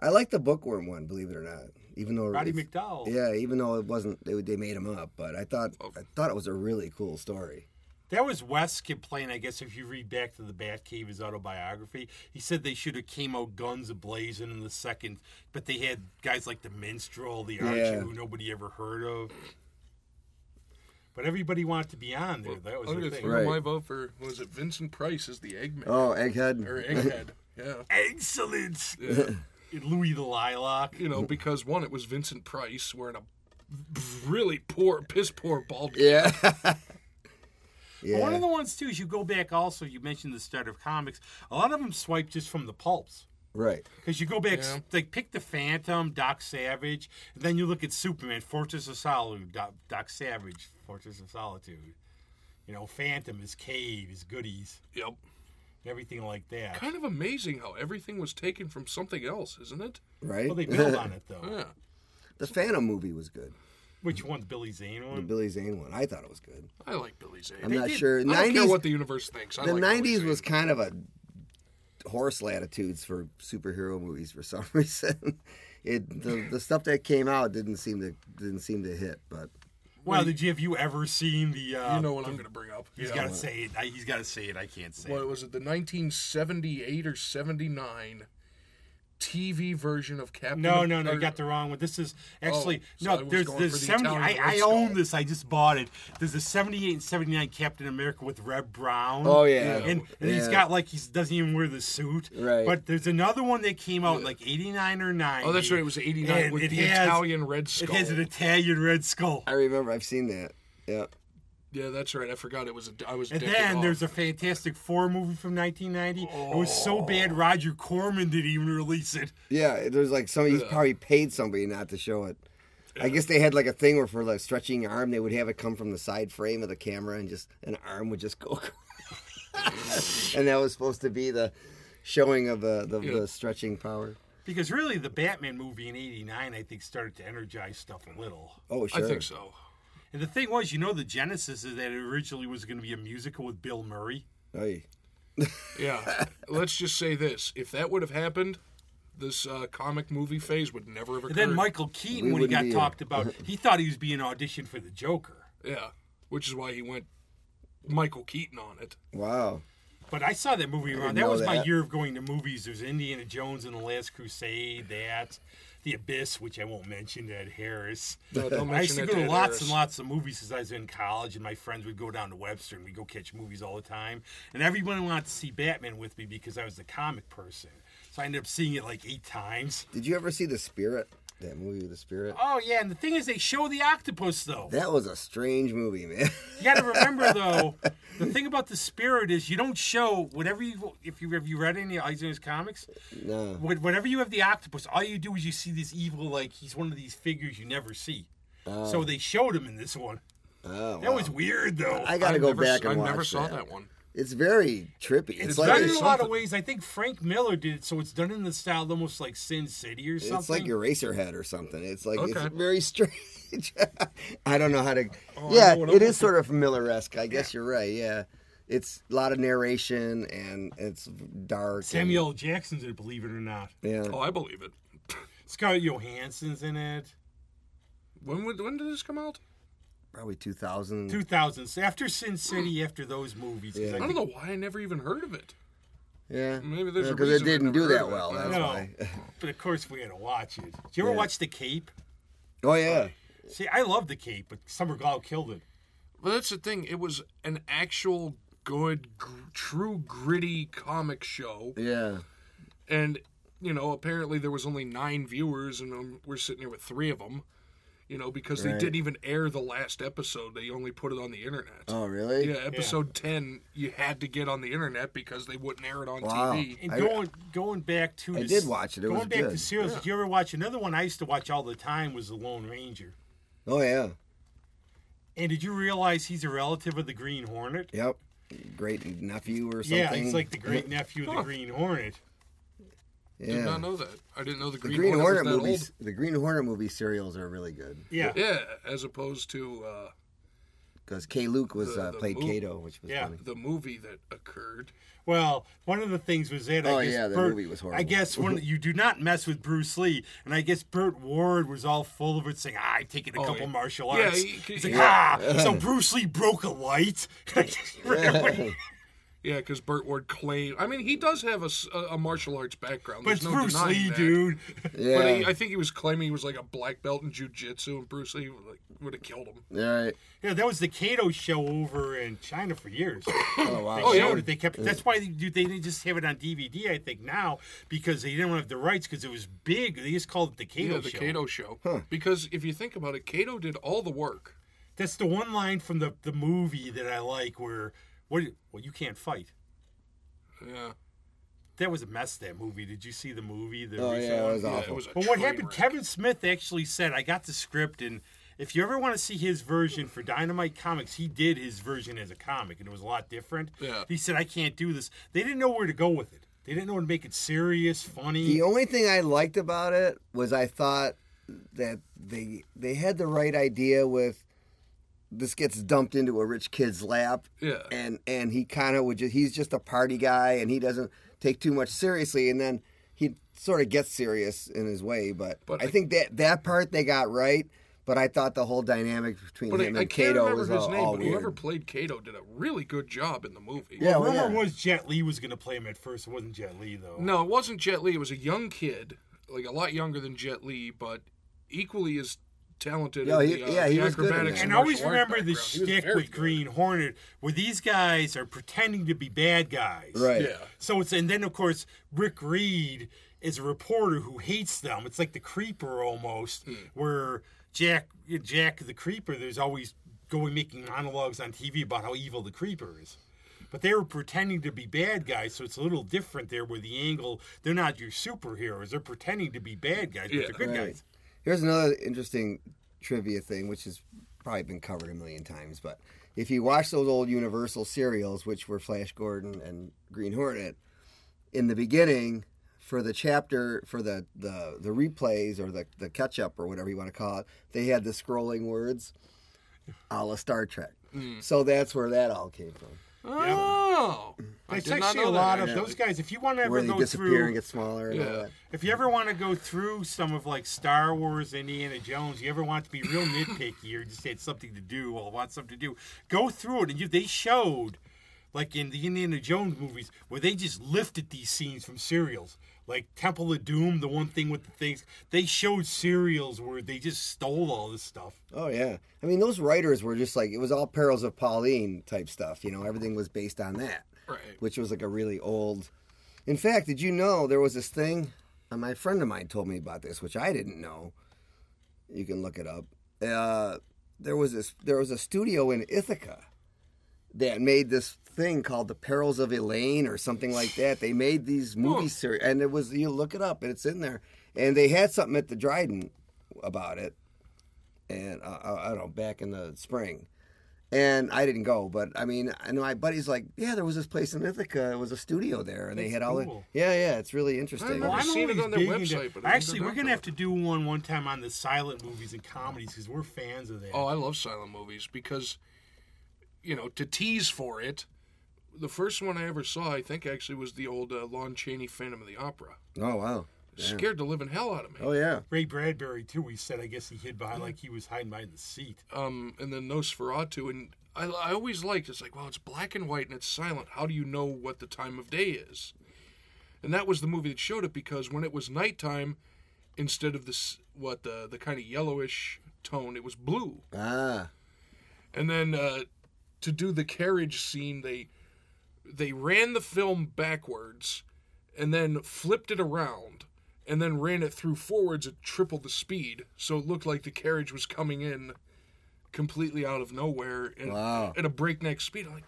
[SPEAKER 3] I liked the bookworm one, believe it or not. Even though
[SPEAKER 2] Roddy
[SPEAKER 3] it's-
[SPEAKER 2] McDowell.
[SPEAKER 3] Yeah, even though it wasn't, they, they made him up. But I thought I thought it was a really cool story.
[SPEAKER 2] That was West's complaint, I guess, if you read back to the Batcave, his autobiography. He said they should have came out guns ablazing in the second, but they had guys like the Minstrel, the Archer,
[SPEAKER 3] Yeah.
[SPEAKER 2] who nobody ever heard of. But everybody wanted to be on there. That was
[SPEAKER 1] I'm
[SPEAKER 2] the
[SPEAKER 1] going to
[SPEAKER 2] thing.
[SPEAKER 1] throw
[SPEAKER 3] Right.
[SPEAKER 1] my vote for what was it Vincent Price as the Eggman
[SPEAKER 3] Oh, Egghead.
[SPEAKER 1] or Egghead? yeah.
[SPEAKER 2] Excellent!
[SPEAKER 1] yeah.
[SPEAKER 2] Louis the Lilac.
[SPEAKER 1] you know, because one, it was Vincent Price wearing a really poor, piss poor bald.
[SPEAKER 3] Yeah.
[SPEAKER 2] But One
[SPEAKER 3] yeah.
[SPEAKER 2] of the ones, too, is you go back also, you mentioned the start of comics. A lot of them swipe just from the pulps.
[SPEAKER 3] Right.
[SPEAKER 2] Because you go back,
[SPEAKER 1] Yeah.
[SPEAKER 2] like pick the Phantom, Doc Savage, and then you look at Superman, Fortress of Solitude, Doc, Doc Savage, Fortress of Solitude. You know, Phantom is Cave, is Goodies,
[SPEAKER 1] Yep.
[SPEAKER 2] and everything like that.
[SPEAKER 1] Kind of amazing how everything was taken from something else, isn't it?
[SPEAKER 3] Right.
[SPEAKER 2] Well, they build on it though.
[SPEAKER 1] Yeah.
[SPEAKER 3] the Phantom movie was good.
[SPEAKER 2] Which one's Billy Zane
[SPEAKER 3] The
[SPEAKER 1] Mm.
[SPEAKER 2] one?
[SPEAKER 3] Billy Zane one. I thought it was good.
[SPEAKER 1] I like Billy Zane.
[SPEAKER 3] I'm
[SPEAKER 1] I
[SPEAKER 3] not
[SPEAKER 2] did-
[SPEAKER 3] sure.
[SPEAKER 1] don't care
[SPEAKER 3] 90s
[SPEAKER 1] what the universe thinks. I
[SPEAKER 3] the
[SPEAKER 1] like Billy
[SPEAKER 3] 90s
[SPEAKER 1] Zane.
[SPEAKER 3] was kind of a horse latitudes for superhero movies for some reason. It the, the stuff that came out didn't seem to didn't seem to hit, but
[SPEAKER 2] Well, did you have you ever seen the? Uh,
[SPEAKER 1] You know what I'm going to bring up?
[SPEAKER 2] He's
[SPEAKER 1] Yeah.
[SPEAKER 2] got to say it. I, he's got to say it. I can't say.
[SPEAKER 1] what
[SPEAKER 2] it.
[SPEAKER 1] was it the 1978 or 79 TV version of Captain
[SPEAKER 2] No, no, no.
[SPEAKER 1] or-
[SPEAKER 2] You got the wrong one. This is actually
[SPEAKER 1] Oh, so I
[SPEAKER 2] no.
[SPEAKER 1] was
[SPEAKER 2] There's
[SPEAKER 1] going for
[SPEAKER 2] there's
[SPEAKER 1] the
[SPEAKER 2] 70.
[SPEAKER 1] Italian
[SPEAKER 2] I, I
[SPEAKER 1] Red
[SPEAKER 2] own
[SPEAKER 1] Skull.
[SPEAKER 2] this. I just bought it. There's a 78 and 79 Captain America with Red Brown.
[SPEAKER 3] Oh, yeah.
[SPEAKER 2] and, and he's
[SPEAKER 3] Yeah.
[SPEAKER 2] got like he doesn't even wear the suit.
[SPEAKER 3] Right.
[SPEAKER 2] But there's another one that came out in, like 89 or 90.
[SPEAKER 1] Oh, that's right. It was 89
[SPEAKER 2] And
[SPEAKER 1] with
[SPEAKER 2] it
[SPEAKER 1] the
[SPEAKER 2] has-
[SPEAKER 1] Italian Red
[SPEAKER 2] It
[SPEAKER 1] Skull.
[SPEAKER 2] has an Italian Red Skull.
[SPEAKER 3] I remember I've seen that. Yeah.
[SPEAKER 1] yeah, that's right. I forgot it was. A, I was.
[SPEAKER 2] And
[SPEAKER 1] decking
[SPEAKER 2] then
[SPEAKER 1] off.
[SPEAKER 2] there's a Fantastic Four movie from 1990. It was so
[SPEAKER 1] Oh.
[SPEAKER 2] bad Roger Corman didn't even release it.
[SPEAKER 3] Yeah, there's like some. He's probably paid somebody not to show it. I guess they had like a thing where for like stretching your arm, they would have it come from the side frame of the camera, and just an arm would just go. across. and that was supposed to be the showing of the the, the stretching power.
[SPEAKER 2] Because really, the Batman movie in '89, I think, started to energize stuff a little.
[SPEAKER 3] Oh,
[SPEAKER 1] I
[SPEAKER 3] sure.
[SPEAKER 1] think so.
[SPEAKER 2] And the thing was, you know, the genesis is that it originally was going to be a musical with Bill Murray.
[SPEAKER 3] Oy.
[SPEAKER 1] Yeah. Let's just say this: if that would have happened, this uh, comic movie phase would never have occurred.
[SPEAKER 2] And then Michael Keaton,
[SPEAKER 3] We
[SPEAKER 2] when he
[SPEAKER 3] wouldn't
[SPEAKER 2] got
[SPEAKER 3] be here.
[SPEAKER 2] talked about, he thought he was being auditioned for the Joker.
[SPEAKER 1] yeah, which is why he went Michael Keaton on it.
[SPEAKER 3] Wow.
[SPEAKER 2] But I saw that movie around. That
[SPEAKER 3] know
[SPEAKER 2] was my
[SPEAKER 3] that.
[SPEAKER 2] year of going to movies. There's Indiana Jones and the Last Crusade, that, The Abyss, which I won't mention, Ed Harris.
[SPEAKER 1] No, don't
[SPEAKER 2] I used to
[SPEAKER 1] mention that
[SPEAKER 2] go to
[SPEAKER 1] Ed
[SPEAKER 2] lots
[SPEAKER 1] Harris.
[SPEAKER 2] and lots of movies since I was in college, and my friends would go down to Webster and we'd go catch movies all the time. And everyone wanted to see Batman with me because I was the comic person. So I ended up seeing it like eight times.
[SPEAKER 3] Did you ever see The Spirit? That movie, The Spirit.
[SPEAKER 2] Oh yeah, and the thing is, they show the octopus though.
[SPEAKER 3] That was a strange movie, man.
[SPEAKER 2] You got to remember though, the thing about the spirit is you don't show whatever you if you have you read any of Eisner's comics.
[SPEAKER 3] no.
[SPEAKER 2] Wh- Whenever you have the octopus, all you do is you see this evil like he's one of these figures you never see. So they showed him in this one.
[SPEAKER 3] Oh,
[SPEAKER 2] That
[SPEAKER 3] wow.
[SPEAKER 2] was weird though.
[SPEAKER 3] I gotta
[SPEAKER 1] I
[SPEAKER 3] go
[SPEAKER 1] never-
[SPEAKER 3] back and
[SPEAKER 1] I
[SPEAKER 3] watch
[SPEAKER 1] never saw that,
[SPEAKER 3] that
[SPEAKER 1] one.
[SPEAKER 3] It's very trippy. It's,
[SPEAKER 2] It's
[SPEAKER 3] like
[SPEAKER 2] done in a
[SPEAKER 3] it's,
[SPEAKER 2] lot of ways. I think Frank Miller did it, so it's done in the style of almost like Sin City or something.
[SPEAKER 3] like Eraserhead or something. It's like it's
[SPEAKER 1] Okay. Oh,
[SPEAKER 3] very strange. I don't know how to.
[SPEAKER 1] I
[SPEAKER 3] yeah,
[SPEAKER 1] know what
[SPEAKER 3] it
[SPEAKER 1] I'm
[SPEAKER 3] is sort of Miller-esque. I guess you're right. Yeah, it's a lot of narration and it's dark. and-
[SPEAKER 2] Samuel L. Jackson's in it, believe it or not.
[SPEAKER 3] yeah.
[SPEAKER 1] Oh, I believe it.
[SPEAKER 2] Scarlett Johansson's in it.
[SPEAKER 1] When would- when did this come out?
[SPEAKER 3] probably 2000.
[SPEAKER 2] 2000s. After Sin City, after those movies. 'cause
[SPEAKER 3] Hmm. Yeah.
[SPEAKER 2] I
[SPEAKER 1] I don't
[SPEAKER 2] think-
[SPEAKER 1] know why I never even heard of it.
[SPEAKER 3] yeah,
[SPEAKER 1] Maybe there's
[SPEAKER 3] Yeah,
[SPEAKER 1] a
[SPEAKER 3] it
[SPEAKER 1] reason I
[SPEAKER 3] didn't
[SPEAKER 1] never
[SPEAKER 3] do
[SPEAKER 1] heard
[SPEAKER 3] that
[SPEAKER 1] of it.
[SPEAKER 3] well. That's
[SPEAKER 2] No.
[SPEAKER 3] why.
[SPEAKER 2] But of course, we had to watch it. Did you ever
[SPEAKER 3] Yeah.
[SPEAKER 2] watch The Cape?
[SPEAKER 3] Oh yeah,
[SPEAKER 2] See, I love The Cape, but Summer Glau killed it.
[SPEAKER 1] Well, that's the thing. It was an actual good, gr- true, gritty comic show,
[SPEAKER 3] yeah.
[SPEAKER 1] and you know, apparently there was only nine viewers, and um, we're sitting here with three of them. You know, because they
[SPEAKER 3] Right.
[SPEAKER 1] didn't even air the last episode; they only put it on the internet.
[SPEAKER 3] Oh really?
[SPEAKER 1] Yeah, episode ten, you had to get on the internet because they wouldn't air it on
[SPEAKER 3] Wow.
[SPEAKER 1] TV.
[SPEAKER 2] And
[SPEAKER 3] I-
[SPEAKER 2] going going back to
[SPEAKER 3] I
[SPEAKER 2] the-
[SPEAKER 3] did watch it. It
[SPEAKER 2] going
[SPEAKER 3] was
[SPEAKER 2] back to
[SPEAKER 3] good.
[SPEAKER 2] serials, did you ever watch another one I used to watch all the time was The Lone Ranger.
[SPEAKER 3] Oh yeah.
[SPEAKER 2] And did you realize he's a relative of the Green Hornet?
[SPEAKER 3] Yep. Great nephew or something.
[SPEAKER 2] Yeah, he's like the great nephew of the Green Hornet.
[SPEAKER 3] Yeah.
[SPEAKER 1] Did not know that. I didn't know the
[SPEAKER 3] The
[SPEAKER 1] Green,
[SPEAKER 3] Green
[SPEAKER 1] Hornet,
[SPEAKER 3] Hornet,
[SPEAKER 1] was that
[SPEAKER 3] movies. The Green Hornet movie serials are really good
[SPEAKER 2] Yeah.
[SPEAKER 1] old. Yeah, as opposed to uh,
[SPEAKER 3] because K. Luke was
[SPEAKER 1] The-
[SPEAKER 3] uh,
[SPEAKER 1] the
[SPEAKER 3] played
[SPEAKER 1] mo-
[SPEAKER 3] Kato, which was
[SPEAKER 2] Yeah.
[SPEAKER 3] funny.
[SPEAKER 1] the movie that occurred.
[SPEAKER 2] Well, one of the things was that
[SPEAKER 3] Oh,
[SPEAKER 2] I guess
[SPEAKER 3] yeah, the
[SPEAKER 2] Burt-
[SPEAKER 3] movie was horrible.
[SPEAKER 2] I guess when you do not mess with Bruce Lee, and I guess Burt Ward was all full of it, saying, ah, "I've taken a
[SPEAKER 1] Oh,
[SPEAKER 2] couple
[SPEAKER 1] yeah.
[SPEAKER 2] martial
[SPEAKER 1] Yeah,
[SPEAKER 2] arts."
[SPEAKER 1] he-
[SPEAKER 2] He's like,
[SPEAKER 1] yeah.
[SPEAKER 2] "Ah, so Bruce Lee broke a light."
[SPEAKER 1] Yeah, because Burt Ward claimed. I mean, he does have a, s- a- a martial arts background.
[SPEAKER 2] but
[SPEAKER 1] There's
[SPEAKER 2] it's
[SPEAKER 1] no
[SPEAKER 2] Bruce
[SPEAKER 1] denying
[SPEAKER 2] Lee,
[SPEAKER 1] that.
[SPEAKER 2] dude.
[SPEAKER 3] Yeah.
[SPEAKER 1] But he, I think he was claiming he was like a black belt in jujitsu, and Bruce Lee like, would have killed him.
[SPEAKER 3] All right.
[SPEAKER 2] Yeah, that was the Kato show over in China for years.
[SPEAKER 3] Oh wow.
[SPEAKER 2] They showed it. They kept. That's why they, do- they didn't just have it on DVD. I think now because they didn't have the rights because it was big. They just called it the Kato
[SPEAKER 1] yeah, the
[SPEAKER 2] show.
[SPEAKER 1] Kato show. Because if you think about it, Kato did all the work.
[SPEAKER 2] That's the one line from the the movie that I like where what well you can't fight.
[SPEAKER 1] Yeah,
[SPEAKER 2] That was a mess. That movie. Did you see the movie? The
[SPEAKER 3] Oh
[SPEAKER 2] recent
[SPEAKER 3] yeah, it
[SPEAKER 2] one?
[SPEAKER 3] was
[SPEAKER 1] yeah
[SPEAKER 3] awful.
[SPEAKER 1] it was. A
[SPEAKER 2] But what
[SPEAKER 1] train
[SPEAKER 2] happened?
[SPEAKER 1] wreck.
[SPEAKER 2] Kevin Smith actually said, "I got the script, and if you ever want to see his version for Dynamite Comics, he did his version as a comic, and it was a lot different."
[SPEAKER 1] Yeah.
[SPEAKER 2] He said, "I can't do this." They didn't know where to go with it. They didn't know how to make it serious, funny.
[SPEAKER 3] The only thing I liked about it was I thought that they they had the right idea with this gets dumped into a rich kid's lap.
[SPEAKER 1] Yeah.
[SPEAKER 3] And and he kind of would just he's just a party guy and he doesn't take too much seriously and then he sort of gets serious in his way, but,
[SPEAKER 1] But
[SPEAKER 3] I,
[SPEAKER 1] I-
[SPEAKER 3] think that that part they got right, but I thought the whole dynamic between
[SPEAKER 1] But I,
[SPEAKER 3] him
[SPEAKER 1] I
[SPEAKER 3] and
[SPEAKER 1] can't
[SPEAKER 3] Kato
[SPEAKER 1] remember
[SPEAKER 3] was
[SPEAKER 1] his
[SPEAKER 3] all,
[SPEAKER 1] name.
[SPEAKER 3] all
[SPEAKER 1] but
[SPEAKER 3] weird.
[SPEAKER 1] whoever played Kato did a really good job in the movie.
[SPEAKER 3] yeah, well,
[SPEAKER 2] rumor
[SPEAKER 3] Oh, yeah.
[SPEAKER 2] was Jet Li was going to play him at first. It wasn't Jet Li though.
[SPEAKER 1] No, it wasn't Jet Li. It was a young kid, like a lot younger than Jet Li, but equally as talented.
[SPEAKER 3] Yeah,
[SPEAKER 1] at
[SPEAKER 3] he-
[SPEAKER 1] the, uh,
[SPEAKER 3] yeah, he
[SPEAKER 1] the
[SPEAKER 3] was good in
[SPEAKER 1] acrobatics
[SPEAKER 3] that.
[SPEAKER 2] And
[SPEAKER 1] martial
[SPEAKER 2] always
[SPEAKER 1] art
[SPEAKER 2] remember the
[SPEAKER 1] background. He was
[SPEAKER 2] shtick
[SPEAKER 1] very
[SPEAKER 2] with
[SPEAKER 1] good.
[SPEAKER 2] Green Hornet, where these guys are pretending to be bad guys.
[SPEAKER 3] Right.
[SPEAKER 1] Yeah.
[SPEAKER 2] So it's and then of course Rick Reed is a reporter who hates them. It's like the creeper
[SPEAKER 1] Hmm.
[SPEAKER 2] almost, where Jack Jack the creeper. There's always going making monologues on TV about how evil the creeper is. But they were pretending to be bad guys, so it's a little different there. Where the angle, they're not your superheroes; they're pretending to be bad guys, but
[SPEAKER 1] Yeah.
[SPEAKER 2] they're good
[SPEAKER 3] Right.
[SPEAKER 2] guys.
[SPEAKER 3] Here's another interesting trivia thing, which has probably been covered a million times, but if you watch those old Universal serials, which were Flash Gordon and Green Hornet, in the beginning, for the chapter, for the the, the replays or the, the catch up or whatever you want to call it, they had the scrolling words a la Star Trek.
[SPEAKER 2] Mm.
[SPEAKER 3] So that's where that all came from.
[SPEAKER 1] Oh, I
[SPEAKER 2] It's
[SPEAKER 1] did not
[SPEAKER 2] actually
[SPEAKER 1] know
[SPEAKER 2] a
[SPEAKER 1] that.
[SPEAKER 2] lot of
[SPEAKER 1] Yeah.
[SPEAKER 2] those guys. If you want to ever
[SPEAKER 3] Where they
[SPEAKER 2] go
[SPEAKER 3] disappear
[SPEAKER 2] through,
[SPEAKER 3] and get smaller and all
[SPEAKER 1] Yeah.
[SPEAKER 3] that.
[SPEAKER 2] If you ever want to go through some of like Star Wars, Indiana Jones, you ever want to be real nitpicky or just had something to do or want something to do, go through it. And you, they showed, like in the Indiana Jones movies, where they just lifted these scenes from serials. Like Temple of Doom, the one thing with the things, they showed serials where they just stole all this stuff.
[SPEAKER 3] Oh yeah, I mean those writers were just like it was all Perils of Pauline type stuff. You know, everything was based on that,
[SPEAKER 1] Right.
[SPEAKER 3] Which was like a really old. In fact, did you know there was this thing? And my friend of mine told me about this, which I didn't know. You can look it up. Uh, there was this. There was a studio in Ithaca that made this thing called The Perils of Elaine or something like that. They made these movie series, and it was you look it up, and it's in there. And they had something at the uh, Dryden about it, and uh, I I don't know, back in the spring. And I didn't go, but I mean, I know my buddy's like, yeah, there was this place in Ithaca. It was a studio there, and they had all
[SPEAKER 2] cool.
[SPEAKER 3] the. Yeah, yeah, it's really interesting.
[SPEAKER 1] remember-
[SPEAKER 2] Well,
[SPEAKER 1] I've
[SPEAKER 2] I'm
[SPEAKER 1] seen it
[SPEAKER 2] always
[SPEAKER 1] on their
[SPEAKER 2] big
[SPEAKER 1] website,
[SPEAKER 2] into-
[SPEAKER 1] but I didn't
[SPEAKER 2] actually,
[SPEAKER 1] go
[SPEAKER 2] we're
[SPEAKER 1] back
[SPEAKER 2] gonna
[SPEAKER 1] to
[SPEAKER 2] have to do one one time on the silent movies and comedies because we're fans of that.
[SPEAKER 1] Oh, I love silent movies because, you know, to tease for it, the first one I ever saw, I think, actually was the old uh, Lon Chaney Phantom of the Opera.
[SPEAKER 3] Oh wow.
[SPEAKER 1] Scared the living hell out of me.
[SPEAKER 3] Oh yeah.
[SPEAKER 2] Ray Bradbury too. We said I guess he hid
[SPEAKER 1] Mm-hmm.
[SPEAKER 2] behind like he was hiding behind the seat.
[SPEAKER 1] Um, and then Nosferatu, and I, I always liked it's like, well, it's black and white and it's silent. How do you know what the time of day is? And that was the movie that showed it because when it was nighttime, instead of this what the the kind of yellowish tone, it was blue.
[SPEAKER 3] Ah.
[SPEAKER 1] And then uh, to do the carriage scene, they they ran the film backwards and then flipped it around and then ran it through forwards at triple the speed, so it looked like the carriage was coming in completely out of nowhere and
[SPEAKER 3] Wow.
[SPEAKER 1] at a breakneck speed. I'm like,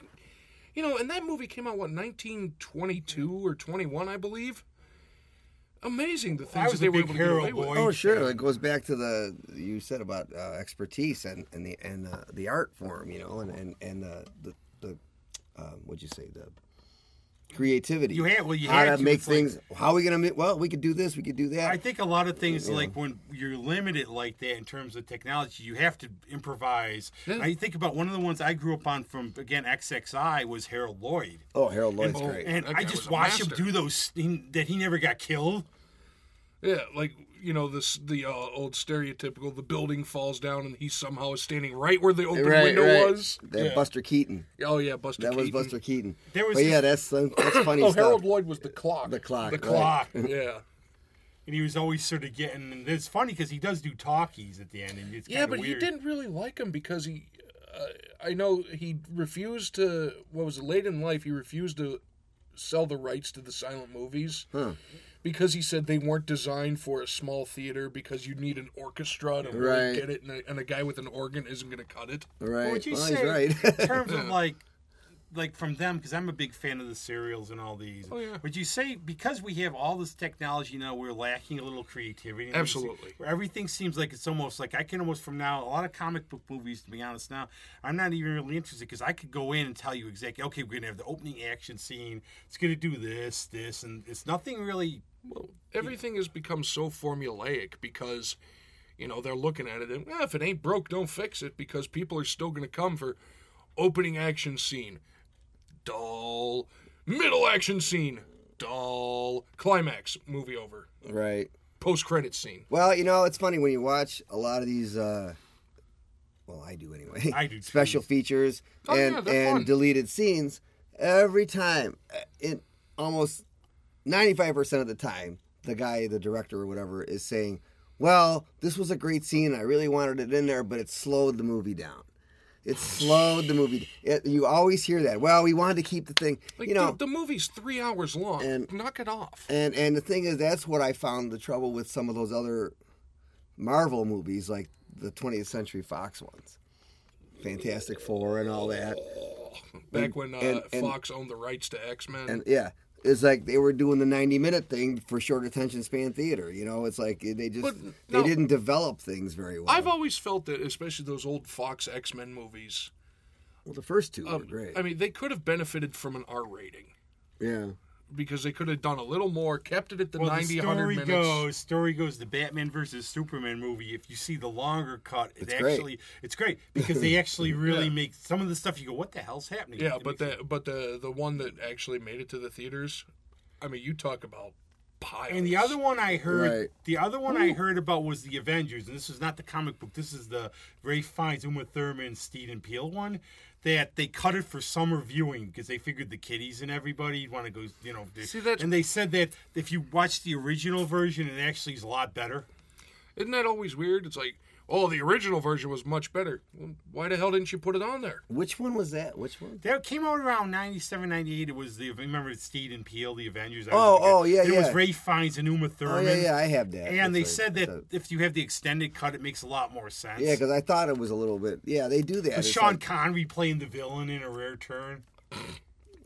[SPEAKER 1] you know, and that movie came out what 1922 or 21, I believe. Amazing the things
[SPEAKER 2] I
[SPEAKER 1] that
[SPEAKER 2] was
[SPEAKER 1] they
[SPEAKER 2] a
[SPEAKER 1] were
[SPEAKER 2] big
[SPEAKER 1] able to get away
[SPEAKER 2] hero
[SPEAKER 1] with.
[SPEAKER 2] boy.
[SPEAKER 3] Oh sure. It goes back to the you said about uh, expertise and and the and uh, the art form, you know, and and and uh, the the um, what'd you say the creativity.
[SPEAKER 2] You had- well, you
[SPEAKER 3] how
[SPEAKER 2] had
[SPEAKER 3] to
[SPEAKER 2] to.
[SPEAKER 3] make
[SPEAKER 2] It's like-
[SPEAKER 3] things. how are we gonna make? Well, we could do this. We could do that.
[SPEAKER 2] I think a lot of things like when you're limited like that in terms of technology, you have to improvise.
[SPEAKER 1] Yeah.
[SPEAKER 2] I think about one of the ones I grew up on from again XXI was Harold Lloyd,
[SPEAKER 3] oh, Harold Lloyd's
[SPEAKER 1] And-
[SPEAKER 3] great.
[SPEAKER 2] and
[SPEAKER 1] That guy
[SPEAKER 2] I
[SPEAKER 1] was
[SPEAKER 2] just
[SPEAKER 1] a
[SPEAKER 2] watched
[SPEAKER 1] master.
[SPEAKER 2] him do those he, that he never got killed.
[SPEAKER 1] Yeah, like you know this the uh, old stereotypical the building falls down and he somehow is standing right where the open window was.
[SPEAKER 3] That Buster Keaton.
[SPEAKER 1] Oh yeah, Buster.
[SPEAKER 3] That was
[SPEAKER 1] Keaton.
[SPEAKER 3] Buster Keaton.
[SPEAKER 2] There was
[SPEAKER 3] but yeah, that's
[SPEAKER 2] this-
[SPEAKER 3] that's funny
[SPEAKER 1] Oh,
[SPEAKER 3] stuff.
[SPEAKER 1] Harold Lloyd was the clock.
[SPEAKER 3] The clock,
[SPEAKER 1] The
[SPEAKER 3] right.
[SPEAKER 1] clock. yeah.
[SPEAKER 2] And he was always sort of getting. And it's funny because he does do talkies at the end. And it's
[SPEAKER 1] Yeah,
[SPEAKER 2] kinda
[SPEAKER 1] but he
[SPEAKER 2] weird.
[SPEAKER 1] didn't really like him because he. Uh, I know he refused to. What was it? Late in life, he refused to sell the rights to the silent movies because he said they weren't designed for a small theater because you need an orchestra to
[SPEAKER 3] Right.
[SPEAKER 1] really get it, and a, and a guy with an organ isn't going to cut it.
[SPEAKER 3] Right.
[SPEAKER 2] Would you
[SPEAKER 3] well,
[SPEAKER 2] say
[SPEAKER 3] he's
[SPEAKER 2] in
[SPEAKER 3] right.
[SPEAKER 2] terms of like like from them because I'm a big fan of the cereals and all these. Oh
[SPEAKER 1] yeah.
[SPEAKER 2] Would you say because we have all this technology now, we're lacking a little creativity? and we see-
[SPEAKER 1] Absolutely.
[SPEAKER 2] Where everything seems like it's almost like I can almost from now a lot of comic book movies. To be honest, now I'm not even really interested because I could go in and tell you exactly. Okay, we're gonna have the opening action scene. It's gonna do this, this, and it's nothing really.
[SPEAKER 1] everything has become so formulaic because you know they're looking at it and "Eh, if it ain't broke don't fix it because people are still going to come for opening action scene dull middle action scene dull climax movie over
[SPEAKER 3] right.
[SPEAKER 1] post credit scene
[SPEAKER 3] Well, you know, it's funny when you watch a lot of these. Uh, well, I do anyway.
[SPEAKER 2] I do, too.
[SPEAKER 3] special features
[SPEAKER 1] Oh, yeah,
[SPEAKER 3] and
[SPEAKER 1] they're
[SPEAKER 3] and
[SPEAKER 1] fun.
[SPEAKER 3] deleted scenes every time. uh, It almost ninety five percent of the time, the guy, the director or whatever, is saying, "Well, this was a great scene. I really wanted it in there, but it slowed the movie down."
[SPEAKER 1] Oh,
[SPEAKER 3] It slowed the movie. It, you always hear that. Well, we wanted to keep the thing.
[SPEAKER 1] like
[SPEAKER 3] you know,
[SPEAKER 1] dude, the movie's three hours long
[SPEAKER 3] And-
[SPEAKER 1] knock it off
[SPEAKER 3] and and the thing is, that's what I found the trouble with some of those other Marvel movies, like the 20th Century Fox ones, Fantastic Four, and all that.
[SPEAKER 1] back when uh,
[SPEAKER 3] and- and-
[SPEAKER 1] fox owned the rights to x-men
[SPEAKER 3] And yeah, it's like they were doing the 90 minute thing for short attention span theater. You know, it's like they just
[SPEAKER 1] But,
[SPEAKER 3] they
[SPEAKER 1] no.
[SPEAKER 3] didn't develop things very well.
[SPEAKER 1] i've always felt that especially those old fox x-men movies um,
[SPEAKER 3] well, the first two
[SPEAKER 2] Um,
[SPEAKER 3] were great.
[SPEAKER 1] i mean they could have benefited from an r rating
[SPEAKER 3] yeah.
[SPEAKER 1] because they could have done a little more, kept it at the
[SPEAKER 2] Well,
[SPEAKER 1] 90,
[SPEAKER 2] the
[SPEAKER 1] 100
[SPEAKER 2] story
[SPEAKER 1] minutes.
[SPEAKER 2] goes, story goes, the Batman versus Superman movie. If you see the longer cut, it
[SPEAKER 3] It's great.
[SPEAKER 2] actually it's great because they actually really make some of the stuff. You go, what the hell's happening?
[SPEAKER 1] Yeah,
[SPEAKER 2] It
[SPEAKER 1] but
[SPEAKER 2] makes-
[SPEAKER 1] the but the the one that actually made it to the theaters, I mean, you talk about piles.
[SPEAKER 2] and the other one I heard,
[SPEAKER 3] Right.
[SPEAKER 2] the other one I heard about was the Avengers, and this is not the comic book. This is the Ray Fiennes, Uma Thurman, Steed and Peel one. That they cut it for summer viewing because they figured the kiddies and everybody want to go, you know. they-
[SPEAKER 1] See, that's-
[SPEAKER 2] and they said that if you watch the original version, it actually is a lot better.
[SPEAKER 1] isn't that always weird? It's like, oh, the original version was much better. Well, why the hell didn't you put it on there?
[SPEAKER 3] Which one was that? Which one?
[SPEAKER 2] That came out around 97, 98. It was the remember Steed and Peel, the Avengers. I
[SPEAKER 3] Oh,
[SPEAKER 2] was
[SPEAKER 3] oh,
[SPEAKER 2] thinking.
[SPEAKER 3] yeah,
[SPEAKER 2] It was
[SPEAKER 3] yeah.
[SPEAKER 2] Ray Fiennes and Uma
[SPEAKER 3] Oh
[SPEAKER 2] Thurman.
[SPEAKER 3] yeah, yeah, I have that.
[SPEAKER 2] And they
[SPEAKER 3] That's right.
[SPEAKER 2] said that
[SPEAKER 3] That's
[SPEAKER 2] if you have the extended cut, it makes a lot more sense.
[SPEAKER 3] a- yeah, because I thought it was a little bit. Yeah, they do that.
[SPEAKER 2] With
[SPEAKER 3] It's
[SPEAKER 2] Sean
[SPEAKER 3] like-
[SPEAKER 2] Connery playing the villain in a rare turn.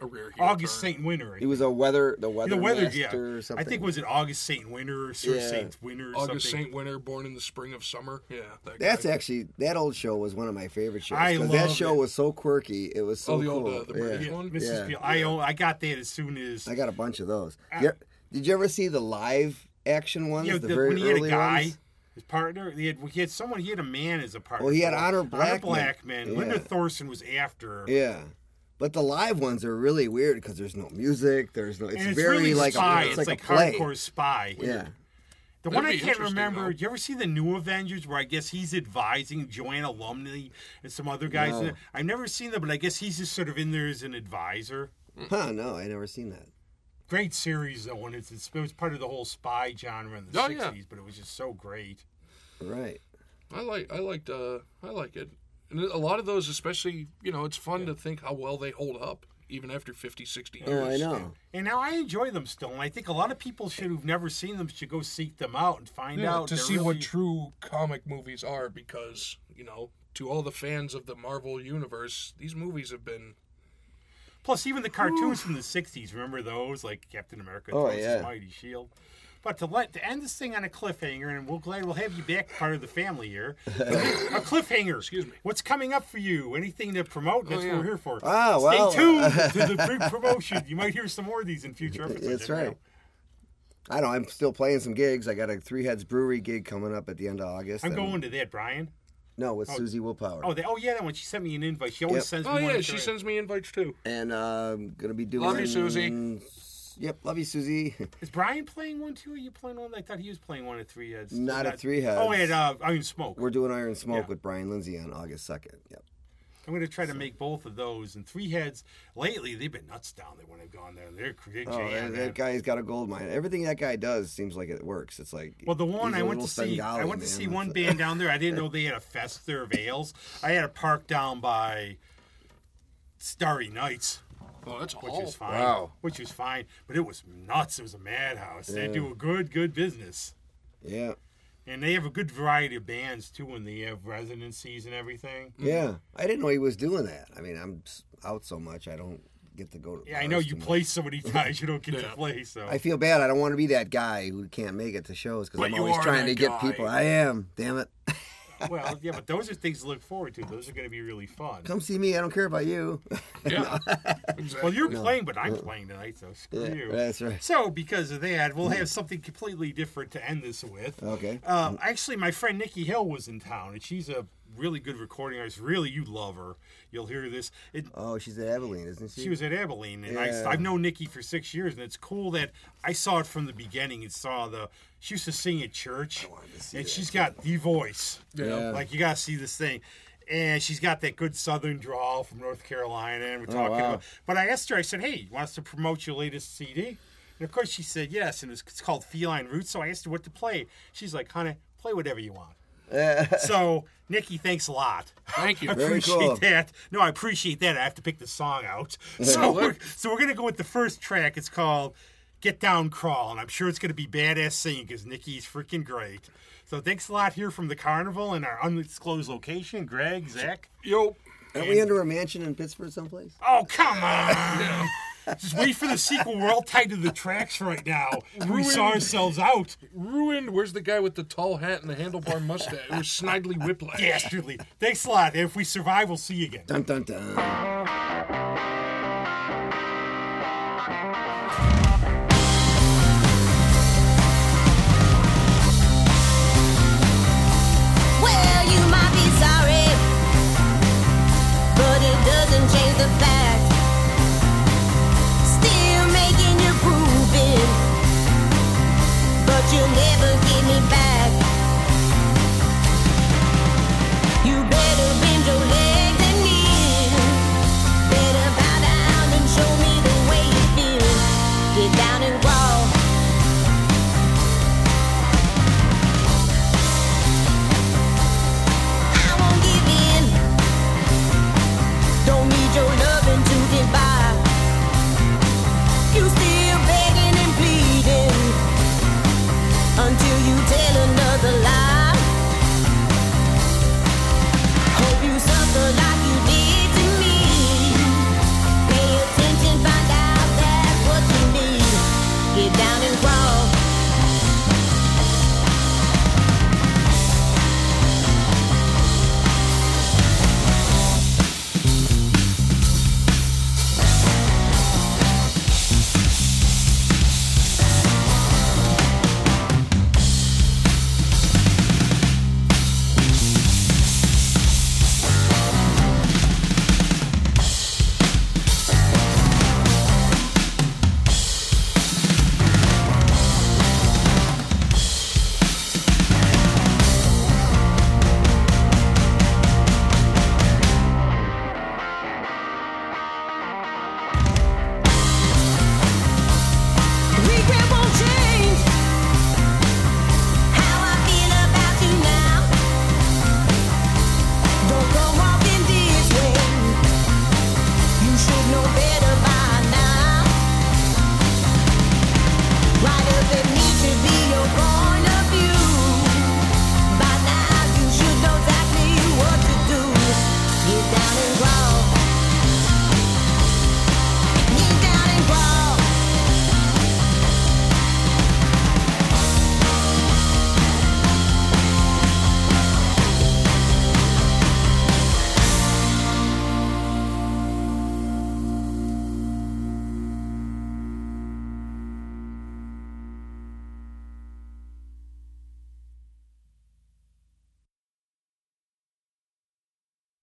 [SPEAKER 1] a rare heel
[SPEAKER 2] August
[SPEAKER 1] turn.
[SPEAKER 2] Saint Winter.
[SPEAKER 3] He was a weather the weather,
[SPEAKER 2] the weather, yeah.
[SPEAKER 3] master or something.
[SPEAKER 2] I think was it August Saint Winter or Sir
[SPEAKER 3] Yeah.
[SPEAKER 2] Saint Winter or
[SPEAKER 1] August
[SPEAKER 2] something.
[SPEAKER 1] Saint Winter, born in the spring of summer. Yeah, that
[SPEAKER 3] that's
[SPEAKER 1] guy.
[SPEAKER 3] actually that old show was one of my favorite shows.
[SPEAKER 2] I
[SPEAKER 3] 'cause that
[SPEAKER 2] love
[SPEAKER 3] show
[SPEAKER 2] it.
[SPEAKER 3] was so quirky. It was so
[SPEAKER 1] Oh, the
[SPEAKER 3] cool.
[SPEAKER 1] old, uh, the British
[SPEAKER 3] yeah.
[SPEAKER 1] one?
[SPEAKER 2] Mrs.
[SPEAKER 3] Yeah.
[SPEAKER 2] Peel. I own, I got that as soon as
[SPEAKER 3] I got a bunch of those. Yeah. Did you ever see the live action ones?
[SPEAKER 2] you know,
[SPEAKER 3] the,
[SPEAKER 2] Ah. the-
[SPEAKER 3] very
[SPEAKER 2] when he had
[SPEAKER 3] early
[SPEAKER 2] a guy,
[SPEAKER 3] ones.
[SPEAKER 2] his partner, he had, he had someone, he had a man as a partner.
[SPEAKER 3] Well, he had Honor Blackman.
[SPEAKER 2] Blackman. Linda
[SPEAKER 3] Yeah.
[SPEAKER 2] Thorson was after. her.
[SPEAKER 3] Yeah. But the live ones are really weird because there's no music. There's no. It's,
[SPEAKER 2] And it's
[SPEAKER 3] very
[SPEAKER 2] really
[SPEAKER 3] like
[SPEAKER 2] spy.
[SPEAKER 3] a.
[SPEAKER 2] it's, like,
[SPEAKER 3] a play.
[SPEAKER 2] hardcore spy.
[SPEAKER 3] Yeah.
[SPEAKER 2] The
[SPEAKER 1] That'd
[SPEAKER 2] one I
[SPEAKER 1] be
[SPEAKER 2] can't
[SPEAKER 1] interesting,
[SPEAKER 2] remember.
[SPEAKER 1] though.
[SPEAKER 2] Do you ever see the new Avengers where I guess he's advising Joanna Lumley and some other guys?
[SPEAKER 3] No.
[SPEAKER 2] I've never seen them, but I guess he's just sort of in there as an advisor.
[SPEAKER 1] Mm.
[SPEAKER 3] Huh? No, I never seen that.
[SPEAKER 2] Great series though, and it's, it's it was part of the whole spy genre in the
[SPEAKER 1] Oh, yeah.
[SPEAKER 2] '60s, but it was just so great.
[SPEAKER 3] Right.
[SPEAKER 1] I like I liked uh I like it. And a lot of those especially, you know, it's fun to think how well they hold up even after 50, 60 years.
[SPEAKER 3] Oh, I know.
[SPEAKER 2] And now I enjoy them still, and I think a lot of people should who've never seen them should go seek them out and find
[SPEAKER 1] Yeah,
[SPEAKER 2] out
[SPEAKER 1] to
[SPEAKER 2] They're
[SPEAKER 1] see what
[SPEAKER 2] really-
[SPEAKER 1] true comic movies are because, you know, to all the fans of the Marvel universe, these movies have been
[SPEAKER 2] Plus, even the cartoons from the '60s. Remember those, like Captain America,
[SPEAKER 3] Oh,
[SPEAKER 2] Thor's
[SPEAKER 3] yeah.
[SPEAKER 2] Mighty Shield. But to let to end this thing on a cliffhanger, and we're glad we'll have you back, part of the family here. a cliffhanger.
[SPEAKER 1] Excuse me.
[SPEAKER 2] What's coming up for you? Anything to promote? That's
[SPEAKER 1] Oh, yeah.
[SPEAKER 2] what we're here for.
[SPEAKER 3] Ah, well,
[SPEAKER 2] Stay tuned to the big promotion. You might hear some more of these in future episodes.
[SPEAKER 3] That's
[SPEAKER 2] I don't know.
[SPEAKER 3] right. I know. I'm still playing some gigs. I got a Three Heads Brewery gig coming up at the end of August.
[SPEAKER 2] I'm
[SPEAKER 3] and-
[SPEAKER 2] going to that, Brian.
[SPEAKER 3] No, with Susie Willpower.
[SPEAKER 2] Oh, they, oh yeah, that one. She sent me an invite. She always
[SPEAKER 3] Yep.
[SPEAKER 2] sends me
[SPEAKER 1] Oh
[SPEAKER 2] one.
[SPEAKER 1] yeah,
[SPEAKER 2] after
[SPEAKER 1] she
[SPEAKER 2] I-
[SPEAKER 1] sends me invites too.
[SPEAKER 3] and uh, I'm gonna be doing.
[SPEAKER 1] Love you, Susie.
[SPEAKER 3] Yep, love you, Susie.
[SPEAKER 2] Is Brian playing one too? Are you playing one? I thought he was playing one at Three Heads.
[SPEAKER 3] Not at Three Heads.
[SPEAKER 2] Oh, and uh, I mean Smoke.
[SPEAKER 3] We're doing Iron Smoke
[SPEAKER 2] Yeah.
[SPEAKER 3] with Brian Lindsay on August second. Yep.
[SPEAKER 2] I'm going to try to make both of those. And Three Heads, lately, they've been nuts down there when I've gone there. They're great.
[SPEAKER 3] Oh, that, that guy's got a gold mine. Everything that guy does seems like it works. It's like
[SPEAKER 2] Well, the one
[SPEAKER 3] he's a
[SPEAKER 2] I went to
[SPEAKER 3] little
[SPEAKER 2] see, I
[SPEAKER 3] Svengali,
[SPEAKER 2] went to
[SPEAKER 3] man.
[SPEAKER 2] see
[SPEAKER 3] It's
[SPEAKER 2] one
[SPEAKER 3] like-
[SPEAKER 2] band down there. I didn't know they had a fest there of ales. I had a park down by Starry Nights,
[SPEAKER 1] Oh, that's
[SPEAKER 2] which
[SPEAKER 1] all.
[SPEAKER 2] is fine.
[SPEAKER 4] wow.
[SPEAKER 2] Which was fine, but it was nuts. It was a madhouse. They do a good, good business,
[SPEAKER 3] Yeah,
[SPEAKER 2] and they have a good variety of bands too, and they have residencies and everything.
[SPEAKER 3] yeah. I didn't know he was doing that. I mean, I'm s- out so much, I don't get to go to.
[SPEAKER 2] Yeah, I know
[SPEAKER 3] bars
[SPEAKER 2] you
[SPEAKER 3] Oh, too much.
[SPEAKER 2] play so many times, you don't get to play. So
[SPEAKER 3] I feel bad. I don't want to be that guy who can't make it to shows because
[SPEAKER 1] But
[SPEAKER 3] I'm
[SPEAKER 1] you
[SPEAKER 3] always
[SPEAKER 1] are
[SPEAKER 3] trying to
[SPEAKER 1] that
[SPEAKER 3] get
[SPEAKER 1] guy.
[SPEAKER 3] people. I am. Damn it!
[SPEAKER 2] well, yeah, but those are things to look forward to. Those are going to be really fun.
[SPEAKER 3] Come see me. I don't care about you.
[SPEAKER 1] Yeah.
[SPEAKER 2] Well,
[SPEAKER 1] exactly.
[SPEAKER 2] you're playing, but I'm playing tonight, so screw
[SPEAKER 3] Mm. Yeah,
[SPEAKER 2] you.
[SPEAKER 3] that's right. Mm.
[SPEAKER 2] So, because of that, we'll have something completely different to end this with.
[SPEAKER 3] Okay.
[SPEAKER 2] Um, actually, my friend Nikki Hill was in town, and she's a really good recording artist. Really, you love her. You'll hear this. It,
[SPEAKER 3] Oh, she's at Abilene, isn't she?
[SPEAKER 2] she was at Abilene, and
[SPEAKER 3] Yeah.
[SPEAKER 2] I, I've known Nikki for six years, and it's cool that I saw it from the beginning and saw the. She used to sing at church, and she's got the voice.
[SPEAKER 3] Yeah.
[SPEAKER 2] Like you gotta see this thing. And she's got that good southern drawl from North Carolina, and we're talking
[SPEAKER 3] Oh, wow.
[SPEAKER 2] about. But I asked her, I said, "Hey, you want us to promote your latest CD?" And of course, she said yes, and it's, it's called Feline Roots. So I asked her what to play. She's like, "Honey, play whatever you want." so Nikki, thanks a lot.
[SPEAKER 1] Thank you.
[SPEAKER 2] I
[SPEAKER 3] Very
[SPEAKER 2] appreciate
[SPEAKER 3] cool.
[SPEAKER 2] that. No, I appreciate that. I have to pick the song out. So we're, so we're gonna go with the first track. It's called "Get Down Crawl," and I'm sure it's gonna be badass singing because Nikki's freaking great. So thanks a lot here from the carnival and our undisclosed location. Greg, Zach.
[SPEAKER 1] Yo,
[SPEAKER 3] Aren't we under a mansion in Pittsburgh someplace?
[SPEAKER 2] Oh come on! Just wait for the sequel. We're all tied to the tracks right now. We saw ourselves out.
[SPEAKER 1] ruined. Where's the guy with the tall hat and the handlebar mustache? It was Snidely Whiplash.
[SPEAKER 2] Dastardly. Thanks a lot. If we survive, we'll see you again.
[SPEAKER 3] Dun dun dun.
[SPEAKER 5] Well, you might be sorry, but it doesn't change the fact. Still making your grooving, but you'll never